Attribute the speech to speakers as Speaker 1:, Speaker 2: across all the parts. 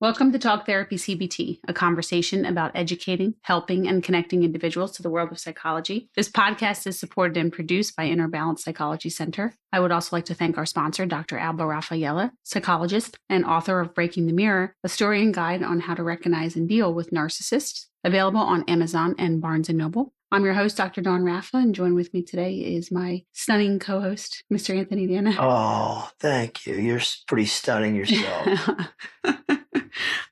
Speaker 1: Welcome to Talk Therapy CBT, a conversation about educating, helping, and connecting individuals to the world of psychology. This podcast is supported and produced by Inner Balance Psychology Center. I would also like to thank our sponsor, Dr. Alba Raffaella, psychologist and author of Breaking the Mirror, a story and guide on how to recognize and deal with narcissists, available on Amazon and Barnes & Noble. I'm your host, Dr. Dawn Raffa, and joined with me today is my stunning co-host, Mr. Anthony Dana.
Speaker 2: Oh, thank you. You're s- pretty stunning yourself.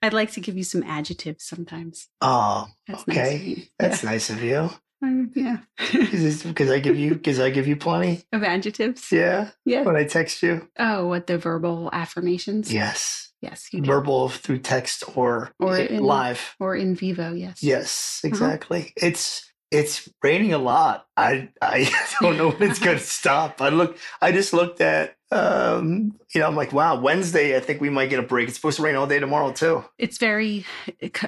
Speaker 1: I'd like to give you some adjectives sometimes.
Speaker 2: oh,
Speaker 1: That's nice.
Speaker 2: Okay.
Speaker 1: of you.
Speaker 2: that's nice of you.
Speaker 1: yeah. Um, yeah.
Speaker 2: Because I give you, because I give you plenty.
Speaker 1: of adjectives.
Speaker 2: Yeah,
Speaker 1: Yeah.
Speaker 2: when I text you.
Speaker 1: Oh, what the verbal affirmations?
Speaker 2: Yes,
Speaker 1: Yes, you do.
Speaker 2: verbal through text or
Speaker 1: Or
Speaker 2: i-
Speaker 1: in- Mm-hmm.
Speaker 2: live.
Speaker 1: or in vivo, yes.
Speaker 2: Yes, exactly. It's it's raining a lot. I I don't know when it's going to stop. I look. I just looked at. Um, you know, I'm like, wow, Wednesday. I think we might get a break. It's supposed to rain all day tomorrow too.
Speaker 1: It's very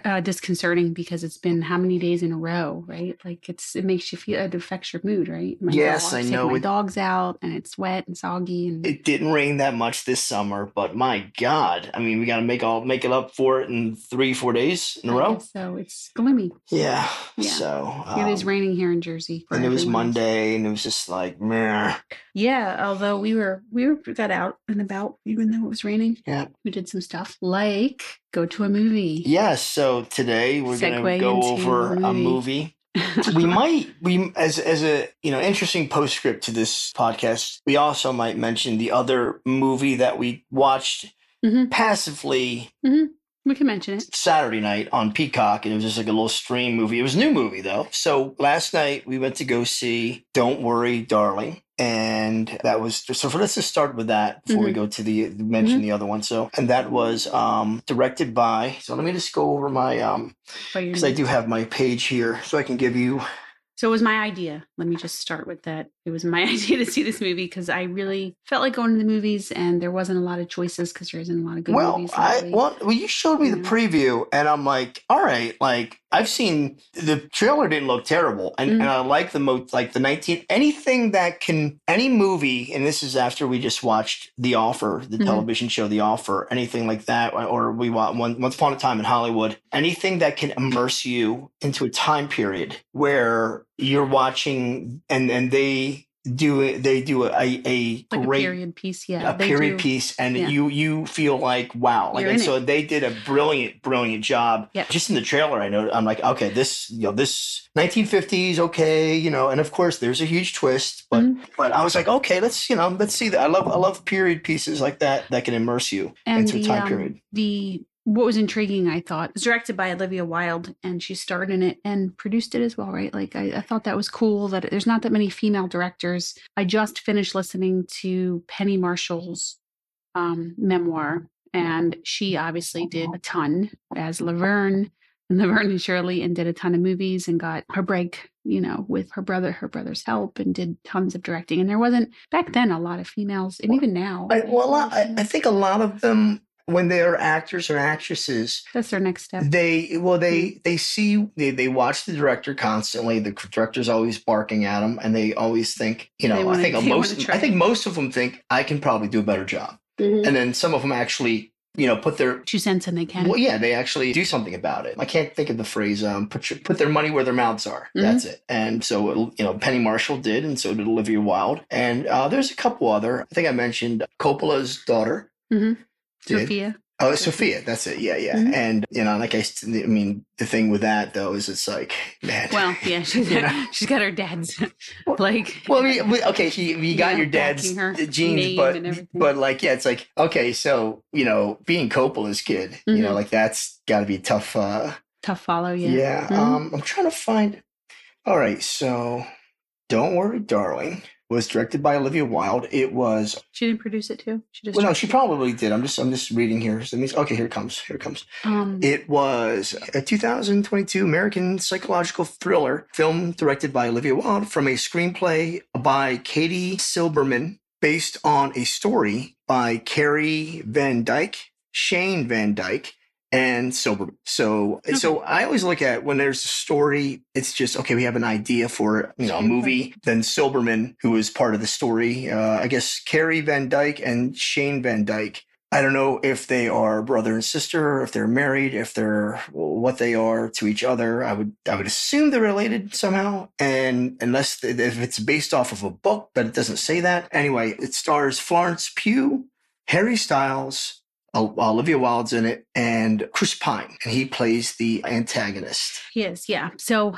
Speaker 1: uh, disconcerting because it's been how many days in a row, right? Like it's it makes you feel it affects your mood, right? My
Speaker 2: Yes, I
Speaker 1: take
Speaker 2: know
Speaker 1: My
Speaker 2: it-
Speaker 1: dog's out and it's wet and soggy and
Speaker 2: it didn't rain that much this summer, but my God, I mean, we got to make all make it up for it in three, four days in a
Speaker 1: I
Speaker 2: row.
Speaker 1: guess So it's gloomy.
Speaker 2: Yeah.
Speaker 1: Yeah.
Speaker 2: So
Speaker 1: it is
Speaker 2: um,
Speaker 1: raining here in Jersey. for
Speaker 2: And it was
Speaker 1: everyone else.
Speaker 2: Monday, and it was just like, meh.
Speaker 1: Yeah, although we were we were we got out and about even though it was raining.
Speaker 2: Yeah.
Speaker 1: We did some stuff like go to a movie.
Speaker 2: yeah. So today we're gonna
Speaker 1: Segue
Speaker 2: go
Speaker 1: into
Speaker 2: over
Speaker 1: the
Speaker 2: a
Speaker 1: movie.
Speaker 2: movie. we might we as as a you know interesting postscript to this podcast. We also might mention the other movie that we watched
Speaker 1: Mhm.
Speaker 2: passively
Speaker 1: we can mention it.
Speaker 2: Saturday night on Peacock, and it was just like a little stream movie. It was a new movie though. So last night we went to go see Don't Worry, Darling. And that was so. For, let's just start with that before we go to the mention the other one. So, and that was um, directed by. So let me just go over my um
Speaker 1: By your
Speaker 2: because I
Speaker 1: name.
Speaker 2: do have my page here, so I can give you.
Speaker 1: So it was my idea. Let me just start with that. It was my idea to see this movie because I really felt like going to the movies and there wasn't a lot of choices because there isn't a lot of good
Speaker 2: well,
Speaker 1: movies.
Speaker 2: I
Speaker 1: lately.
Speaker 2: well, well, you showed me the
Speaker 1: Yeah.
Speaker 2: preview, and I'm like, all right, like I've seen the trailer didn't look terrible, and,
Speaker 1: Mhm.
Speaker 2: and I like the most like the 19 anything that can any movie, and this is after we just watched The Offer, the
Speaker 1: Mhm.
Speaker 2: television show The Offer, anything like that, or we want one Once Upon a Time in Hollywood, anything that can immerse you into a time period where you're watching and and they do they do a a, a
Speaker 1: like a
Speaker 2: great
Speaker 1: period piece. Yeah.
Speaker 2: a
Speaker 1: they
Speaker 2: period
Speaker 1: do.
Speaker 2: piece and
Speaker 1: Yeah.
Speaker 2: you you feel like wow like
Speaker 1: You're
Speaker 2: and
Speaker 1: in
Speaker 2: so they did a brilliant brilliant job
Speaker 1: Yep.
Speaker 2: just in the trailer i know i'm like okay this you know this 1950s okay you know and of course there's a huge twist but
Speaker 1: Mhm.
Speaker 2: but i was like okay let's you know let's see that i love i love period pieces like that that can immerse you
Speaker 1: And
Speaker 2: into
Speaker 1: the,
Speaker 2: a time
Speaker 1: um,
Speaker 2: period
Speaker 1: the what was intriguing, I thought, it was directed by Olivia Wilde and she starred in it and produced it as well, right? Like I, I thought that was cool that there's not that many female directors. I just finished listening to Penny Marshall's um, memoir, and she obviously did a ton as Laverne and Laverne and Shirley, and did a ton of movies and got her break, you know, with her brother, her brother's help, and did tons of directing. And there wasn't back then a lot of females, and even now.
Speaker 2: I,
Speaker 1: like,
Speaker 2: well a
Speaker 1: a lot
Speaker 2: lot-
Speaker 1: of
Speaker 2: I, I
Speaker 1: females.
Speaker 2: think a lot of them when they are actors or actresses
Speaker 1: that's their next step.
Speaker 2: they well
Speaker 1: Mm-hmm.
Speaker 2: they they see they, they watch the director constantly the director's always barking at them and they always think you know
Speaker 1: They
Speaker 2: i
Speaker 1: wanna-
Speaker 2: think
Speaker 1: they wanna
Speaker 2: most
Speaker 1: try.
Speaker 2: i think most of them think i can probably do a better job and then some of them actually you know put their
Speaker 1: two cents and they can.
Speaker 2: well yeah they actually do something about it i can't think of the phrase um put your, put their money where their mouths are
Speaker 1: Mhm.
Speaker 2: that's it and so it'll- you know penny marshall did and so did olivia wilde and uh there's a couple other i think i mentioned coppola's daughter
Speaker 1: Mhm.
Speaker 2: did.
Speaker 1: Sophia.
Speaker 2: Oh, it's Sophia. That's it. Yeah, yeah.
Speaker 1: Mhm.
Speaker 2: And you know, like I, s- I mean, the thing with that though is it's like, man.
Speaker 1: Well, yeah, she's,
Speaker 2: You know?
Speaker 1: she's got her dad's like.
Speaker 2: Well, I mean, we- okay, you, you got
Speaker 1: Yeah,
Speaker 2: your dad's
Speaker 1: backing her name
Speaker 2: genes,
Speaker 1: and
Speaker 2: but
Speaker 1: everything.
Speaker 2: but like, yeah, it's like okay, so you know, being Coppola's kid, you know,
Speaker 1: Mhm.
Speaker 2: like that's got to be tough. uh
Speaker 1: Tough follow,
Speaker 2: Yeah.
Speaker 1: yeah. Mhm.
Speaker 2: Um, I'm trying to find. All right, so don't worry, darling. Was directed by Olivia Wilde. It was
Speaker 1: She didn't produce it too. She just.
Speaker 2: well, no, she probably did. I'm just I'm just reading here. So it means okay. Here it comes. Here it comes.
Speaker 1: um,
Speaker 2: It was a 2022 American psychological thriller film directed by Olivia Wilde from a screenplay by Katie Silberman based on a story by Carrie Van Dyke, Shane Van Dyke, and Silberman. So so I always look at when there's a story, it's just okay, we have an idea for you know a
Speaker 1: Screenplay.
Speaker 2: movie. Then Silberman, who was part of the story, uh, I guess Carrie Van Dyke and Shane Van Dyke I don't know if they are brother and sister, if they're married, if they're what they are to each other. I would I would assume they're related somehow, and unless if it's based off of a book, but it doesn't say that. Anyway, it stars Florence Pugh, Harry Styles, Olivia Wilde's in it, and Chris Pine, and he plays the antagonist.
Speaker 1: He is, yeah. So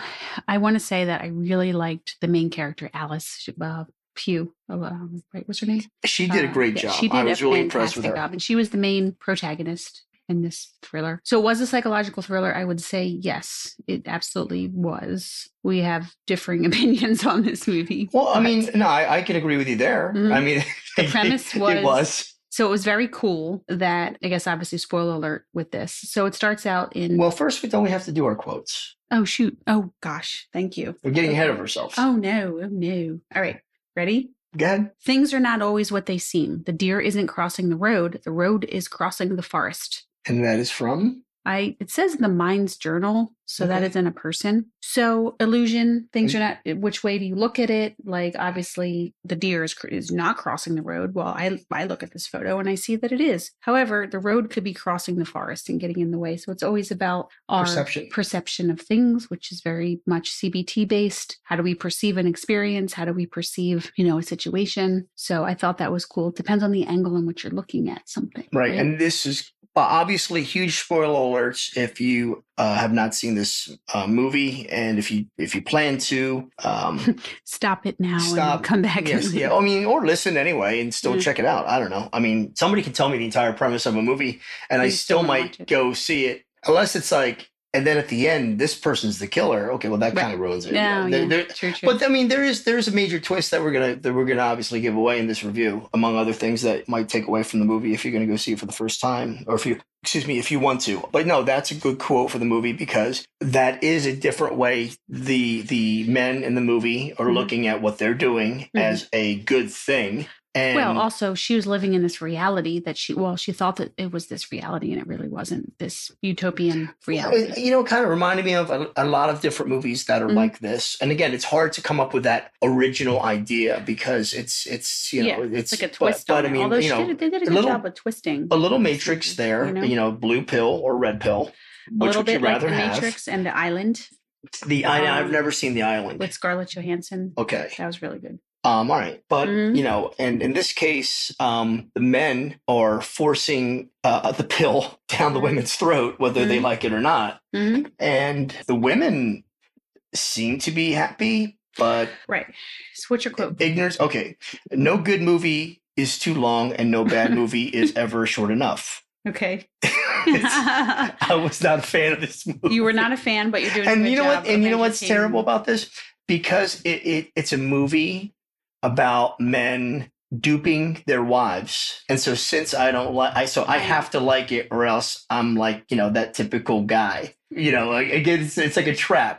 Speaker 1: I want to say that I really liked the main character, Alice uh, Pugh. Um, right, was her name?
Speaker 2: She did a
Speaker 1: Uh,
Speaker 2: great
Speaker 1: yeah,
Speaker 2: job.
Speaker 1: She did
Speaker 2: I was
Speaker 1: a
Speaker 2: really impressed
Speaker 1: fantastic
Speaker 2: with her.
Speaker 1: job, and she was the main protagonist in this thriller. So it was a psychological thriller. I would say yes, it absolutely was. We have differing opinions on this movie.
Speaker 2: Well, I
Speaker 1: but-
Speaker 2: mean, no, I, I can agree with you there.
Speaker 1: Mhm.
Speaker 2: I mean,
Speaker 1: The premise
Speaker 2: it
Speaker 1: was-
Speaker 2: was
Speaker 1: so it was very cool that I guess obviously spoiler alert with this. So it starts out in
Speaker 2: well. First, we don't have to do our quotes.
Speaker 1: oh shoot oh gosh thank you
Speaker 2: We're getting ahead of ourselves.
Speaker 1: oh no oh no all right ready
Speaker 2: Go ahead.
Speaker 1: things are not always what they seem the deer isn't crossing the road the road is crossing the forest
Speaker 2: And that is from
Speaker 1: I it says in the mind's journal, so that
Speaker 2: Okay.
Speaker 1: is in a person. So illusion, things
Speaker 2: Mm.
Speaker 1: are not. eh, Which way do you look at it? Like obviously, the deer is cr- is not crossing the road. Well, I I look at this photo and I see that it is. However, the road could be crossing the forest and getting in the way. So it's always about our
Speaker 2: Perception.
Speaker 1: perception of things, which is very much CBT based. How do we perceive an experience? How do we perceive you know a situation? So I thought that was cool. It depends on the angle in which you're looking at something.
Speaker 2: right, and this is well, obviously huge spoiler alerts if you uh, have not seen this uh, movie, and if you if you plan to, um,
Speaker 1: stop it now
Speaker 2: Stop.
Speaker 1: and come back.
Speaker 2: yes,
Speaker 1: and-
Speaker 2: yeah, I mean, or listen anyway and still
Speaker 1: Mm.
Speaker 2: check it out. I don't know. I mean, somebody can tell me the entire premise of a movie, and I
Speaker 1: You still
Speaker 2: still
Speaker 1: wanna watch
Speaker 2: might
Speaker 1: it.
Speaker 2: go see it, unless it's like. And then at the end, this person's the killer. Okay, well that
Speaker 1: Right.
Speaker 2: kind of ruins it.
Speaker 1: No,
Speaker 2: There-
Speaker 1: Oh, yeah.
Speaker 2: there-
Speaker 1: true, true.
Speaker 2: But I mean, there is there is a major twist that we're gonna that we're gonna obviously give away in this review, among other things that might take away from the movie if you're gonna go see it for the first time, or if you excuse me if you want to. But no, that's a good quote for the movie because that is a different way the the men in the movie are
Speaker 1: Mhm.
Speaker 2: looking at what they're doing
Speaker 1: Mhm.
Speaker 2: as a good thing. And
Speaker 1: well, also she was living in this reality that she well, she thought that it was this reality and it really wasn't this utopian reality.
Speaker 2: It- uh, You know, it kind of reminded me of a, a lot of different movies that are
Speaker 1: Mhm.
Speaker 2: like this. And again, it's hard to come up with that original idea because it's it's you know
Speaker 1: Yeah,
Speaker 2: it's,
Speaker 1: It's like a twist
Speaker 2: But,
Speaker 1: on
Speaker 2: but I mean,
Speaker 1: it. Although
Speaker 2: you
Speaker 1: she
Speaker 2: know,
Speaker 1: did, they did a
Speaker 2: a
Speaker 1: good
Speaker 2: little-
Speaker 1: job of twisting.
Speaker 2: a little matrix there, you
Speaker 1: You
Speaker 2: know,
Speaker 1: know?
Speaker 2: blue pill or red
Speaker 1: a
Speaker 2: pill. Which
Speaker 1: little
Speaker 2: would you
Speaker 1: bit like
Speaker 2: rather
Speaker 1: the
Speaker 2: have?
Speaker 1: Matrix and the Island
Speaker 2: The I, I've
Speaker 1: Um,
Speaker 2: never seen The Island.
Speaker 1: with Scarlett Johansson.
Speaker 2: okay.
Speaker 1: That was really good.
Speaker 2: Um. All right. But
Speaker 1: Mhm.
Speaker 2: you know, and in this case, um, the men are forcing uh, the pill down the
Speaker 1: Mhm.
Speaker 2: women's throat, whether they
Speaker 1: Mhm.
Speaker 2: like it or not,
Speaker 1: Mhm.
Speaker 2: and the women seem to be happy, but
Speaker 1: Right. So what's your quote?
Speaker 2: ignorance. Okay. No good movie is too long, and no bad movie is ever short enough.
Speaker 1: Okay.
Speaker 2: It's- I was not a fan of this movie.
Speaker 1: you were not a fan, but you're doing. a
Speaker 2: and
Speaker 1: good
Speaker 2: you know
Speaker 1: job
Speaker 2: what
Speaker 1: of
Speaker 2: and you know what's
Speaker 1: entertaining.
Speaker 2: terrible about this because it, it it's a movie about men duping their wives and so since i don't like i so i
Speaker 1: Right.
Speaker 2: have to like it or else i'm like you know that typical guy you know like again it's, it's like a trap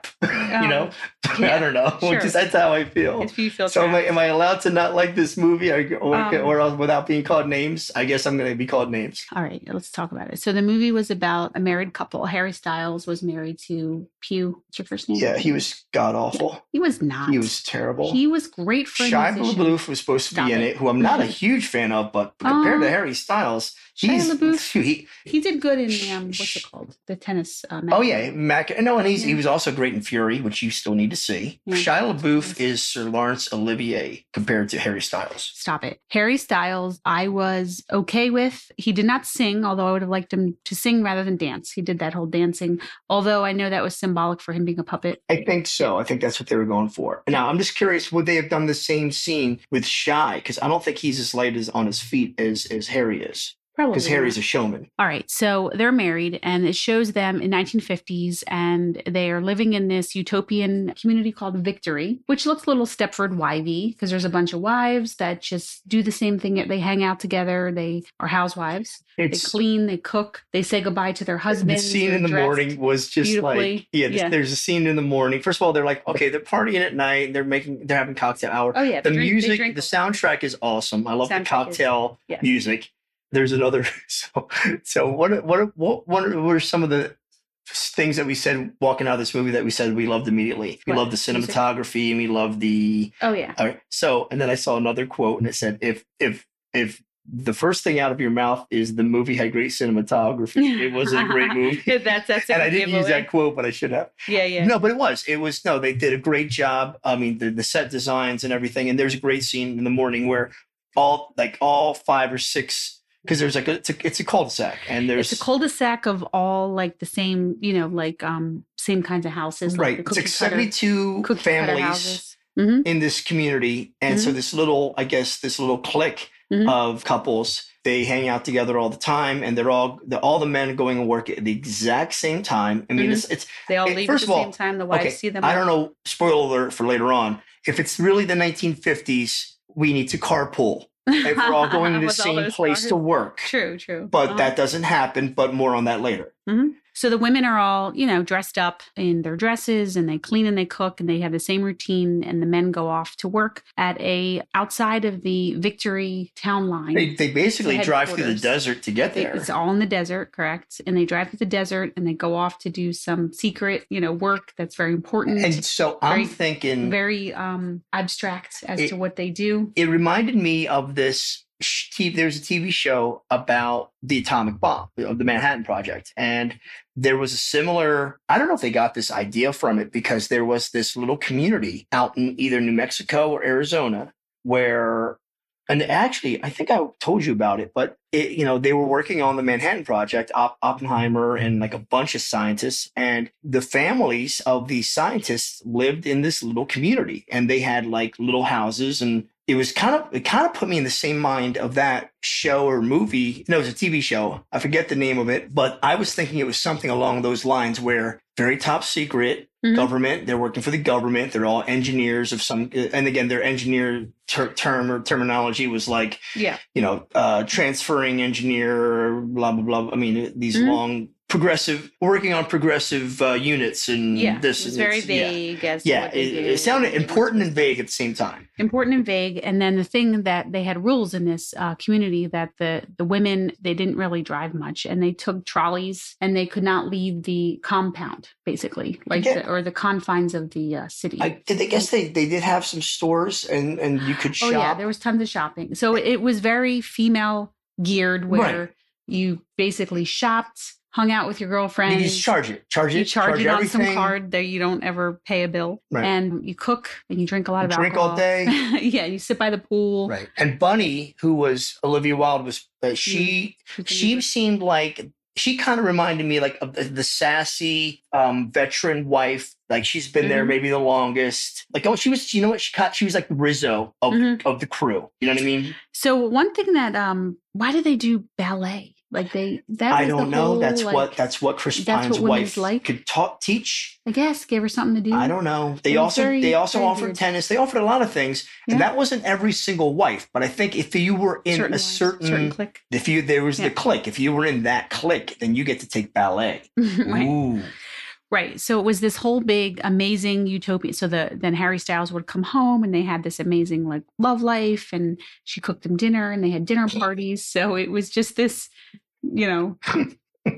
Speaker 2: you know i
Speaker 1: Um, yeah,
Speaker 2: don't know
Speaker 1: sure.
Speaker 2: just that's how i feel
Speaker 1: Oh, If you feel
Speaker 2: so am I,
Speaker 1: trapped.
Speaker 2: am I allowed to not like this movie or, or,
Speaker 1: Um,
Speaker 2: or else without being called names i guess i'm gonna be called names
Speaker 1: All right, let's talk about it. So the movie was about a married couple. Harry Styles was married to Pew. What's your first name?
Speaker 2: yeah he was god awful
Speaker 1: He was not.
Speaker 2: he was terrible
Speaker 1: He was great for a
Speaker 2: Shia
Speaker 1: musician.
Speaker 2: LaBeouf was supposed to
Speaker 1: Stop
Speaker 2: be in
Speaker 1: it.
Speaker 2: it, who I'm not a huge fan of, but compared to Harry Styles,
Speaker 1: Shia
Speaker 2: he's
Speaker 1: LaBeouf?
Speaker 2: he-
Speaker 1: He did good in um, what's it called? The tennis. Um,
Speaker 2: oh yeah, Mac. No, and he's he
Speaker 1: Yeah.
Speaker 2: was also great in Fury, which you still need to see.
Speaker 1: Yeah.
Speaker 2: Shia LaBeouf is Sir Lawrence Olivier compared to Harry Styles.
Speaker 1: Stop it. Harry Styles, I was okay with. He did not sing, although I would have liked him to sing rather than dance. He did that whole dancing, although I know that was symbolic for him being a puppet.
Speaker 2: I think so. I think that's what they were going for. Now I'm just curious, would they have done the same scene with Shy? Because I don't think he's as light as on his feet as as Harry is.
Speaker 1: Probably.
Speaker 2: Because Harry's a showman.
Speaker 1: All right, so they're married, and it shows them in 1950s, and they are living in this utopian community called Victory, which looks a little Stepford wivey because there's a bunch of wives that just do the same thing. They hang out together. They are housewives. They
Speaker 2: It's
Speaker 1: clean. They cook. They say goodbye to their
Speaker 2: the
Speaker 1: husbands.
Speaker 2: scene
Speaker 1: They're
Speaker 2: in the
Speaker 1: dressed-
Speaker 2: morning was just like
Speaker 1: beautifully.
Speaker 2: yeah, th-
Speaker 1: Yeah.
Speaker 2: there's a scene in the morning first of all they're like okay they're partying at night they're making they're having cocktail hour
Speaker 1: Oh yeah,
Speaker 2: the
Speaker 1: they drink- they
Speaker 2: music
Speaker 1: drink
Speaker 2: the
Speaker 1: a lot.
Speaker 2: soundtrack is awesome i
Speaker 1: Soundtrack
Speaker 2: love the
Speaker 1: is-
Speaker 2: cocktail
Speaker 1: yes.
Speaker 2: music there's another so so what are- what are- what what are, what are some of the things that we said walking out of this movie that we said we loved immediately we
Speaker 1: What?
Speaker 2: loved the
Speaker 1: Music?
Speaker 2: cinematography and we loved the
Speaker 1: Oh yeah,
Speaker 2: all right so and then i saw another quote and it said if if if the first thing out of your mouth is the movie had great cinematography. It was a great movie.
Speaker 3: that's that's a
Speaker 2: and I
Speaker 3: good
Speaker 2: didn't use
Speaker 3: giveaway.
Speaker 2: that quote, but I should have.
Speaker 3: Yeah, yeah.
Speaker 2: No, but it was. It was no. They did a great job. I mean, the, the set designs and everything. And there's a great scene in the morning where all like all five or six because there's like a, it's a it's a cul-de-sac and there's
Speaker 1: it's a cul-de-sac of all like the same, you know, like um same kinds of houses.
Speaker 2: right.
Speaker 1: Like
Speaker 2: It's
Speaker 1: the
Speaker 2: like
Speaker 1: cookie cutter-
Speaker 2: 72
Speaker 1: cookie cutter
Speaker 2: families
Speaker 1: houses. Mhm.
Speaker 2: in this community, and so this little I guess this little clique
Speaker 1: Mhm.
Speaker 2: of couples they hang out together all the time, and they're all the, all the men going to work at the exact same time. I mean,
Speaker 3: Mhm.
Speaker 2: it's it's
Speaker 1: They all
Speaker 2: Hey,
Speaker 1: leave
Speaker 2: Eh, first
Speaker 1: at
Speaker 2: of
Speaker 1: the
Speaker 2: all-
Speaker 1: same time. The wives
Speaker 2: okay,
Speaker 1: see them.
Speaker 2: I don't know. Spoiler alert for later on. If it's really the 1950s, we need to carpool. If we're all going to the
Speaker 3: With all
Speaker 2: same
Speaker 3: those
Speaker 2: place to
Speaker 3: cars.
Speaker 2: work,
Speaker 1: True, true.
Speaker 2: but
Speaker 1: Uh-huh.
Speaker 2: that doesn't happen. But more on that later.
Speaker 1: So the women are all, you know, dressed up in their dresses and they clean and they cook and they have the same routine and the men go off to work at a outside of the Victory town line.
Speaker 2: They, they basically
Speaker 1: The
Speaker 2: drive through the
Speaker 1: headquarters.
Speaker 2: desert to get
Speaker 1: They-
Speaker 2: there.
Speaker 1: It's all in the desert, correct? And they drive through the desert and they go off to do some secret, you know, work that's very important,
Speaker 2: And so I'm
Speaker 1: Very-
Speaker 2: thinking
Speaker 1: very um abstract as
Speaker 2: It-
Speaker 1: to what they do.
Speaker 2: it reminded me of this sh- TV, there's a TV show about the atomic bomb of the Manhattan Project, and there was a similar. I don't know if they got this idea from it because there was this little community out in either New Mexico or Arizona where, and actually, I think I told you about it, but it, you know, they were working on the Manhattan Project, Op- Oppenheimer, and like a bunch of scientists, and the families of these scientists lived in this little community, and they had like little houses and it was kind of it kind of put me in the same mind of that show or movie. No, it was a TV show. I forget the name of it, but I was thinking it was something along those lines where very top secret
Speaker 1: Mhm.
Speaker 2: government. They're working for the government. They're all engineers of some. And again, their engineer ter- term or terminology was like
Speaker 3: Yeah.
Speaker 2: you know uh, transferring engineer. Blah blah blah. I mean these
Speaker 1: Mhm.
Speaker 2: long progressive working on progressive uh, units and
Speaker 3: Yeah. it
Speaker 2: this
Speaker 3: was
Speaker 2: and
Speaker 3: very
Speaker 2: it's- yeah.
Speaker 3: vague as to
Speaker 2: Yeah,
Speaker 3: what they
Speaker 2: it,
Speaker 3: do.
Speaker 2: it sounded important and vague at the same time.
Speaker 1: important and vague and then the thing that they had rules in this uh, community that the the women they didn't really drive much and they took trolleys and they could not leave the compound basically like
Speaker 2: Okay.
Speaker 1: the, or the confines of the uh, city
Speaker 2: I, did they guess they, they did have some stores and, and you could
Speaker 1: oh
Speaker 2: shop.
Speaker 1: yeah there was tons of shopping so it was very female geared where you basically shopped hung out with your girlfriend
Speaker 2: you just charge it, charge it,
Speaker 1: you charge, it on some
Speaker 2: everything.
Speaker 1: card that you don't ever pay a bill
Speaker 2: Right.
Speaker 1: and you cook and you drink a lot
Speaker 2: You
Speaker 1: of
Speaker 2: drink all
Speaker 1: alcohol.
Speaker 2: day.
Speaker 1: yeah you sit by the pool
Speaker 2: Right. And Bunny, who was Olivia Wilde, was uh, she
Speaker 1: You can
Speaker 2: she seemed like she kind of reminded me like of the, the sassy um, veteran wife. Like she's been there
Speaker 1: Mhm.
Speaker 2: maybe the longest. Like oh, she was. You know what? She caught. She was like the Rizzo of
Speaker 1: Mhm.
Speaker 2: of the crew. You know what I mean?
Speaker 1: So one thing that um, why do they do ballet? Like they that
Speaker 2: I
Speaker 1: was the
Speaker 2: don't know. that's
Speaker 1: whole,
Speaker 2: what
Speaker 1: like,
Speaker 2: that's what Chris
Speaker 1: that's
Speaker 2: Pine's
Speaker 1: what women's
Speaker 2: wife
Speaker 1: like.
Speaker 2: could ta- teach.
Speaker 1: I guess gave her something to do.
Speaker 2: I don't know. They
Speaker 1: It was
Speaker 2: also
Speaker 1: very-
Speaker 2: they also
Speaker 1: very
Speaker 2: offered
Speaker 1: weird.
Speaker 2: tennis. They offered a lot of things, and
Speaker 1: Yeah.
Speaker 2: that wasn't every single wife. But I think if you were in a
Speaker 1: ones,
Speaker 2: certain,
Speaker 1: click.
Speaker 2: if you there was
Speaker 1: Yeah.
Speaker 2: the clique, if you were in that clique, then you get to take ballet.
Speaker 1: right.
Speaker 2: Ooh,
Speaker 1: right. So it was this whole big amazing utopia. So the then Harry Styles would come home and they had this amazing like love life and she cooked them dinner and they had dinner parties. So it was just this, you know,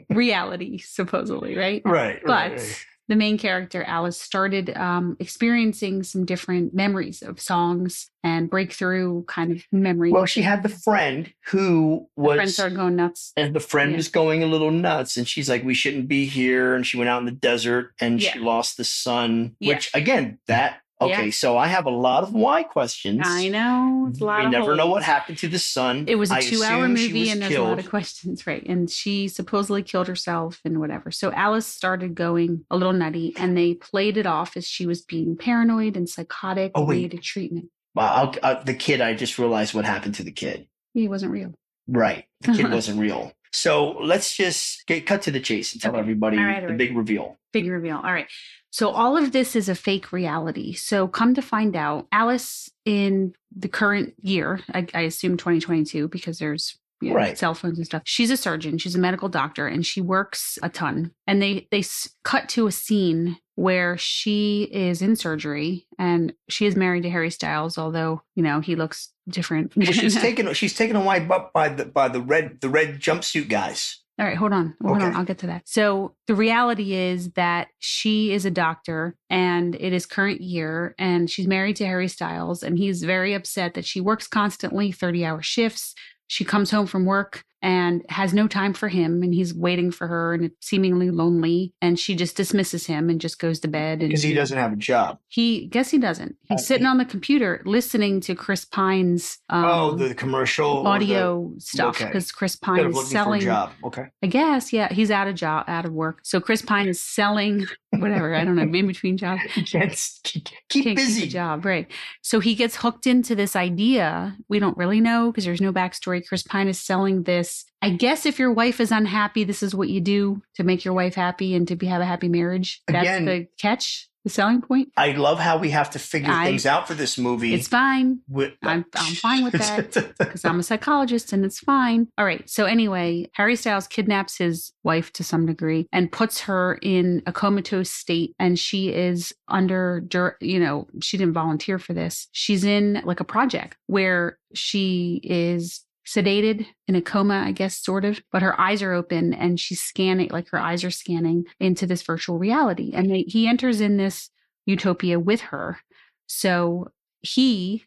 Speaker 1: reality supposedly, right?
Speaker 2: right.
Speaker 1: but the main character alice started um, experiencing some different memories of songs and breakthrough kind of memories
Speaker 2: well, she had the friend who was
Speaker 1: friends started going nuts
Speaker 2: and the friend
Speaker 1: Yeah.
Speaker 2: was going a little nuts and she's like we shouldn't be here and she went out in the desert and she lost the sun
Speaker 1: Yeah.
Speaker 2: which again that
Speaker 1: Yeah.
Speaker 2: okay so i have a lot of why questions
Speaker 1: i know it's a lot
Speaker 2: we
Speaker 1: of
Speaker 2: never know
Speaker 1: holes.
Speaker 2: what happened to the sun.
Speaker 1: it was a
Speaker 2: a
Speaker 1: a two-hour movie, and there's a lot of questions, right? And she supposedly killed herself and whatever. So Alice started going a little nutty, and they played it off as she was being paranoid and psychotic.
Speaker 2: Oh,
Speaker 1: and
Speaker 2: wait.
Speaker 1: needed treatment.
Speaker 2: I'll, uh, the kid. I just realized what happened to the kid.
Speaker 1: He wasn't real.
Speaker 2: Right, the kid wasn't real. So let's just get cut to the chase and tell
Speaker 1: Okay.
Speaker 2: everybody
Speaker 1: All right, all
Speaker 2: the
Speaker 1: right.
Speaker 2: big reveal.
Speaker 1: Big reveal. All right. So all of this is a fake reality. So come to find out, Alice in the current year, I, I assume 2022, because there's you know,
Speaker 2: Right.
Speaker 1: cell phones and stuff. She's a surgeon. She's a medical doctor, and she works a ton. And they they s- cut to a scene where she is in surgery, and she is married to Harry Styles, although you know he looks different.
Speaker 2: Well, she's taken. She's taken away by, by the by the red the red jumpsuit guys.
Speaker 1: All right, hold on. Hold on.
Speaker 2: Okay.
Speaker 1: I'll get to that. So the reality is that she is a doctor and it is current year and she's married to Harry Styles and he's very upset that she works constantly 30 hour shifts. She comes home from work and has no time for him and he's waiting for her and it's seemingly lonely and she just dismisses him and just goes to bed and
Speaker 2: because he doesn't have a job.
Speaker 1: he guess he doesn't he's
Speaker 2: Okay.
Speaker 1: sitting on the computer listening to chris pine's um,
Speaker 2: oh, the commercial or the-
Speaker 1: audio stuff
Speaker 2: okay.
Speaker 1: because chris
Speaker 2: instead
Speaker 1: pine
Speaker 2: of
Speaker 1: is
Speaker 2: looking
Speaker 1: selling
Speaker 2: for a job. Okay.
Speaker 1: I guess, yeah, he's out of job, out of work. So Chris Pine is selling whatever, I don't know, in between jobs.
Speaker 2: You can't s- keep, keep
Speaker 1: Can't keep a
Speaker 2: busy.
Speaker 1: job, right. So he gets hooked into this idea. We don't really know because there's no backstory. Chris Pine is selling this. I guess if your wife is unhappy, this is what you do to make your wife happy and to be, have a happy marriage. That's
Speaker 2: Again-
Speaker 1: the catch, the selling point.
Speaker 2: I love how we have to figure
Speaker 1: I-
Speaker 2: things out for this movie.
Speaker 1: It's fine.
Speaker 2: Wi-
Speaker 1: I'm- I'm fine with
Speaker 2: that.
Speaker 1: because I'm a psychologist and it's fine. All right. So, anyway, Harry Styles kidnaps his wife to some degree and puts her in a comatose state. And she is under, dur- you know, she didn't volunteer for this. She's in like a project where she is sedated in a coma i guess sort of but her eyes are open and she's scanning like her eyes are scanning into this virtual reality and they, he enters in this utopia with her so he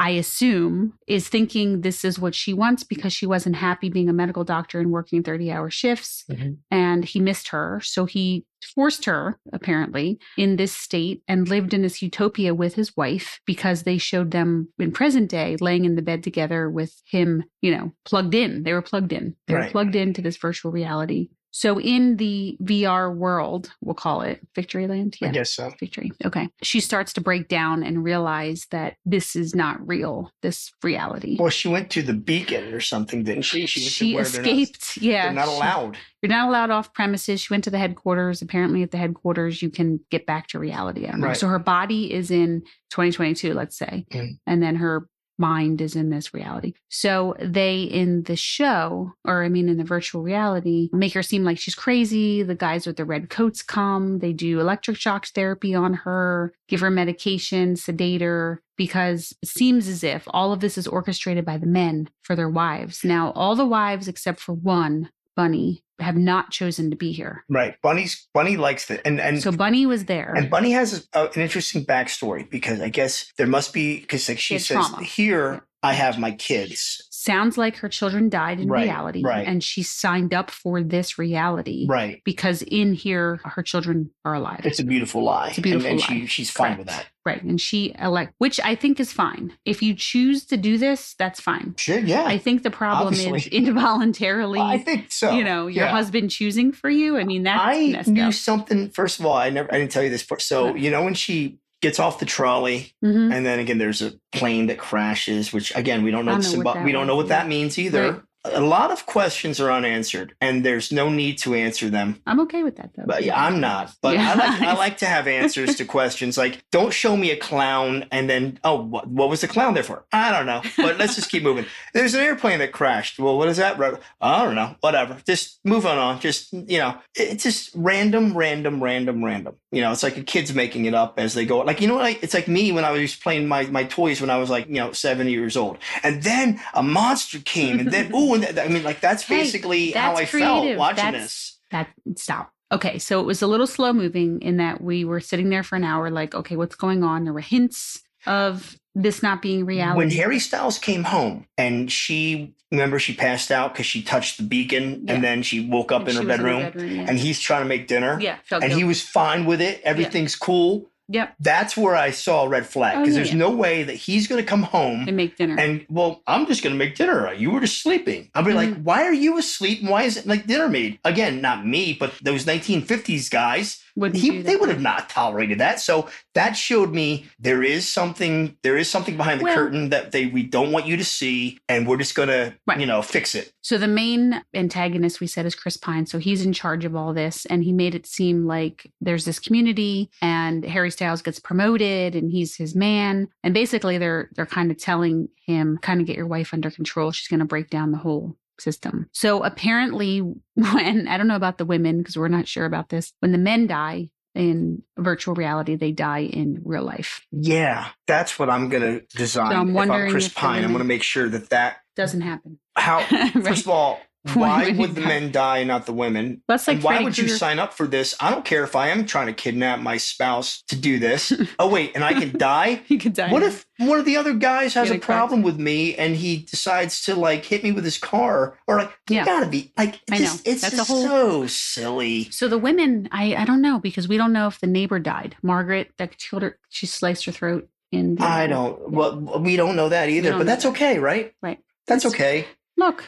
Speaker 1: I assume, is thinking this is what she wants because she wasn't happy being a medical doctor and working 30 hour shifts.
Speaker 2: Mhm.
Speaker 1: And he missed her. So he forced her, apparently, in this state and lived in this utopia with his wife because they showed them in present day laying in the bed together with him, you know, plugged in. They were plugged in. They were
Speaker 2: Right.
Speaker 1: plugged into this virtual reality. So in the VR world, we'll call it Victory Land.
Speaker 2: I guess so.
Speaker 1: Victory. Okay. She starts to break down and realize that this is not real, this reality.
Speaker 2: Well, she went to the beacon or something, didn't she? She, went to
Speaker 1: she
Speaker 2: where they're not-
Speaker 1: escaped. yeah.
Speaker 2: They're not
Speaker 1: she-
Speaker 2: allowed.
Speaker 1: you're not allowed off premises. She went to the headquarters. Apparently, at the headquarters, you can get back to reality. I don't know.
Speaker 2: Right.
Speaker 1: So her body is in 2022, let's say,
Speaker 2: Mm.
Speaker 1: and then her mind is in this reality. So they in the show, or I mean, in the virtual reality, make her seem like she's crazy. The guys with the red coats come. They do electric shock therapy on her, give her medication, sedate her. Because it seems as if all of this is orchestrated by the men for their wives. Now, all the wives except for one Bunny have not chosen to be here.
Speaker 2: Right. Bunny's Bunny likes that, and and
Speaker 1: so Bunny was there.
Speaker 2: and Bunny has a, an interesting backstory because I guess there must be because like she
Speaker 1: She had
Speaker 2: says
Speaker 1: trauma.
Speaker 2: here
Speaker 1: Yeah.
Speaker 2: I have my kids.
Speaker 1: Sounds like her children died in
Speaker 2: Right,
Speaker 1: reality,
Speaker 2: right.
Speaker 1: and she signed up for this reality
Speaker 2: Right.
Speaker 1: because in here her children are alive.
Speaker 2: It's a beautiful lie.
Speaker 1: It's a beautiful
Speaker 2: and, and
Speaker 1: lie.
Speaker 2: She, she's fine with that.
Speaker 1: Correct. Right, and she elect, which I think is fine. If you choose to do this, that's fine.
Speaker 2: Sure. Yeah.
Speaker 1: I think the problem is
Speaker 2: Obviously.
Speaker 1: involuntarily,
Speaker 2: I think so.
Speaker 1: you know, your
Speaker 2: yeah.
Speaker 1: husband choosing for you. I mean, that's
Speaker 2: I
Speaker 1: messed
Speaker 2: knew
Speaker 1: up.
Speaker 2: something. First of all, I never I didn't tell you this part. So
Speaker 1: Okay.
Speaker 2: you know when she gets off the trolley,
Speaker 1: Mhm.
Speaker 2: and then again there's a plane that crashes, which again we don't know,
Speaker 1: I
Speaker 2: the
Speaker 1: don't know what
Speaker 2: symbo-
Speaker 1: that
Speaker 2: we don't know
Speaker 1: was,
Speaker 2: what
Speaker 1: yeah.
Speaker 2: that means either.
Speaker 1: Right.
Speaker 2: A lot of questions are unanswered, and there's no need to answer them.
Speaker 1: I'm okay with that though.
Speaker 2: But yeah, I'm not. But I,
Speaker 1: Yeah.
Speaker 2: like, I like to have answers to questions. Like, don't show me a clown and then, oh, what, what was the clown there for? I don't know. But let's just keep moving. There's an airplane that crashed. Well, what is that? Re- I don't know. Whatever. Just move on. on. Just, you know, it- it's just random, random, random, random. You know, it's like a kid's making it up as they go. Like, you know what? I, it's like me when I was playing my, my toys when I was like, you know, seven years old. And then a monster came. And then, oh, and th- I mean, like, that's
Speaker 1: Hey,
Speaker 2: basically how I
Speaker 1: that's
Speaker 2: felt
Speaker 1: creative.
Speaker 2: watching
Speaker 1: That's-
Speaker 2: this.
Speaker 1: That stop. Okay, so it was a little slow moving in that we were sitting there for an hour, like, okay, what's going on? There were hints of this not being
Speaker 2: When
Speaker 1: reality.
Speaker 2: Harry Styles came home and she, remember, she passed out because she touched the beacon
Speaker 1: Yeah.
Speaker 2: and then she woke up
Speaker 1: And
Speaker 2: in her
Speaker 1: she was
Speaker 2: bedroom
Speaker 1: yeah.
Speaker 2: and he's trying to make dinner
Speaker 1: yeah, felt
Speaker 2: and he
Speaker 1: guilty.
Speaker 2: was fine with it. Everything's cool.
Speaker 1: yep,
Speaker 2: That's where I saw a red flag
Speaker 1: Oh,
Speaker 2: because
Speaker 1: yeah,
Speaker 2: there's
Speaker 1: yeah.
Speaker 2: no way that he's going to come home
Speaker 1: and make dinner.
Speaker 2: and, well, I'm just going to make dinner. You were just sleeping. I'll be
Speaker 1: Mm-hmm.
Speaker 2: like, why are you asleep? Why isn't like dinner made? Again, not me, but those 1950s guys
Speaker 1: Wouldn't
Speaker 2: he,
Speaker 1: do
Speaker 2: they
Speaker 1: that.
Speaker 2: would have not tolerated that. So that showed me there is something there is something behind the
Speaker 1: Well-
Speaker 2: curtain that they we don't want you to see, and we're just gonna
Speaker 1: Right.
Speaker 2: you know fix it.
Speaker 1: So the main antagonist we said is Chris Pine. So he's in charge of all this, and he made it seem like there's this community, and Harry Styles gets promoted, and he's his man. And basically, they're they're kind of telling him, kind of get your wife under control. She's going to break down the whole system. So apparently, when I don't know about the women because we're not sure about this, when the men die in virtual reality, they die in real life.
Speaker 2: Yeah, that's what I'm gonna design.
Speaker 1: So I'm
Speaker 2: if
Speaker 1: wondering
Speaker 2: Chris
Speaker 1: if the
Speaker 2: Pine. I'm
Speaker 1: women-
Speaker 2: gonna make sure that that
Speaker 1: Doesn't happen.
Speaker 2: how
Speaker 1: Right.
Speaker 2: first of all
Speaker 1: point
Speaker 2: Why
Speaker 1: when
Speaker 2: would
Speaker 1: you
Speaker 2: the
Speaker 1: got-
Speaker 2: men die and not the women?
Speaker 1: That's like
Speaker 2: and why
Speaker 1: Freddy
Speaker 2: would you
Speaker 1: Krueger.
Speaker 2: sign up for this? I don't care if I am trying to kidnap my spouse to do this. oh wait, and I can die?
Speaker 1: You could die.
Speaker 2: What if one of the other guys has
Speaker 1: Get
Speaker 2: a
Speaker 1: a car.
Speaker 2: problem with me and he decides to like hit me with his car or like you
Speaker 1: Yeah.
Speaker 2: gotta be like
Speaker 1: I
Speaker 2: this-
Speaker 1: know.
Speaker 2: it's
Speaker 1: That's a
Speaker 2: just
Speaker 1: whole-
Speaker 2: so silly.
Speaker 1: So the women, I I don't know because we don't know if the neighbor died. Margaret, that killed her. She sliced her throat in. the-
Speaker 2: I don't well we don't know that either,
Speaker 1: don't
Speaker 2: but
Speaker 1: know
Speaker 2: that's
Speaker 1: that.
Speaker 2: okay, right?
Speaker 1: Right.
Speaker 2: That's
Speaker 1: It's-
Speaker 2: okay.
Speaker 1: look.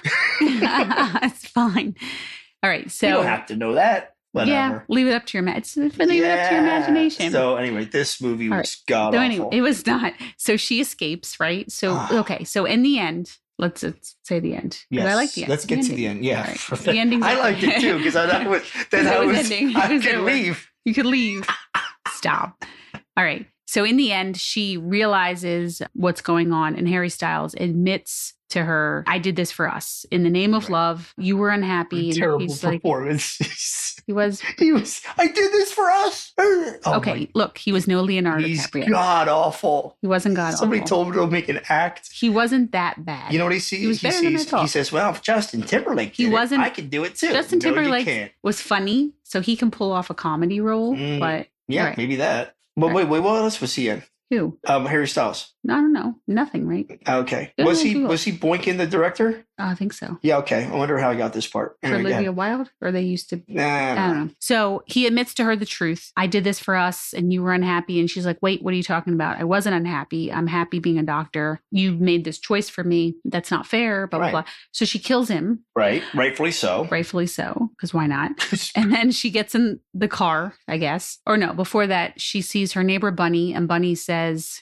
Speaker 1: it's fine. All right. So
Speaker 2: you don't have to know that. Whatever.
Speaker 1: yeah, leave it up to your ma- it's leave it up to your
Speaker 2: Yeah.
Speaker 1: imagination.
Speaker 2: So anyway, this movie
Speaker 1: All
Speaker 2: was god
Speaker 1: So
Speaker 2: awful.
Speaker 1: anyway, it was not. So she escapes, right? So
Speaker 2: Ah.
Speaker 1: okay. So in the end, let's, let's say the end. 'cause I like the end.
Speaker 2: Let's get to the end. Yeah,
Speaker 1: All right. The ending's
Speaker 2: I
Speaker 1: okay.
Speaker 2: liked it too because I that was that
Speaker 1: That
Speaker 2: I
Speaker 1: was
Speaker 2: was
Speaker 1: ending.
Speaker 2: I
Speaker 1: It was
Speaker 2: could
Speaker 1: over.
Speaker 2: leave.
Speaker 1: You could leave. Stop. All right. So in the end, she realizes what's going on, and Harry Styles admits to her, "I did this for us in the name of
Speaker 2: Right.
Speaker 1: love. You were unhappy." And
Speaker 2: Terrible
Speaker 1: he's like,
Speaker 2: performance.
Speaker 1: he was
Speaker 2: he was. I did this for us. Oh my-
Speaker 1: okay. Look, he was no Leonardo
Speaker 2: he's
Speaker 1: DiCaprio.
Speaker 2: god awful.
Speaker 1: He wasn't god
Speaker 2: Somebody
Speaker 1: awful.
Speaker 2: told me to make an act.
Speaker 1: he wasn't that bad.
Speaker 2: You know what he sees?
Speaker 1: He was better than I
Speaker 2: sees. He
Speaker 1: thought.
Speaker 2: says, "Well, if Justin Timberlake.
Speaker 1: He
Speaker 2: did it,
Speaker 1: wasn't-
Speaker 2: I can do it too.
Speaker 1: Justin
Speaker 2: No, you
Speaker 1: Timberlake
Speaker 2: can't.
Speaker 1: was funny, so he can pull off a comedy role.
Speaker 2: Mm.
Speaker 1: But
Speaker 2: Yeah,
Speaker 1: Right.
Speaker 2: maybe that. But
Speaker 1: Right.
Speaker 2: wait, wait, what else was he in?
Speaker 1: who?
Speaker 2: Um, Harry Styles.
Speaker 1: I don't know. Nothing, right?
Speaker 2: Okay.
Speaker 1: Good
Speaker 2: Was he
Speaker 1: idea.
Speaker 2: was he Boinkin the director?
Speaker 1: I think so.
Speaker 2: Yeah. Okay. I wonder how I got this part.
Speaker 1: For
Speaker 2: Anyway, go ahead.
Speaker 1: Olivia Wilde, or they used to
Speaker 2: Nah,
Speaker 1: I don't know. So he admits to her the truth. I did this for us and you were unhappy. And she's like, wait, what are you talking about? I wasn't unhappy. I'm happy being a doctor. You made this choice for me. That's not fair, blah,
Speaker 2: Right.
Speaker 1: blah, blah. So she kills him,
Speaker 2: Right. Rightfully so.
Speaker 1: rightfully so, because why not? And then she gets in the car, I guess. Or no, before that, she sees her neighbor Bunny, and Bunny says,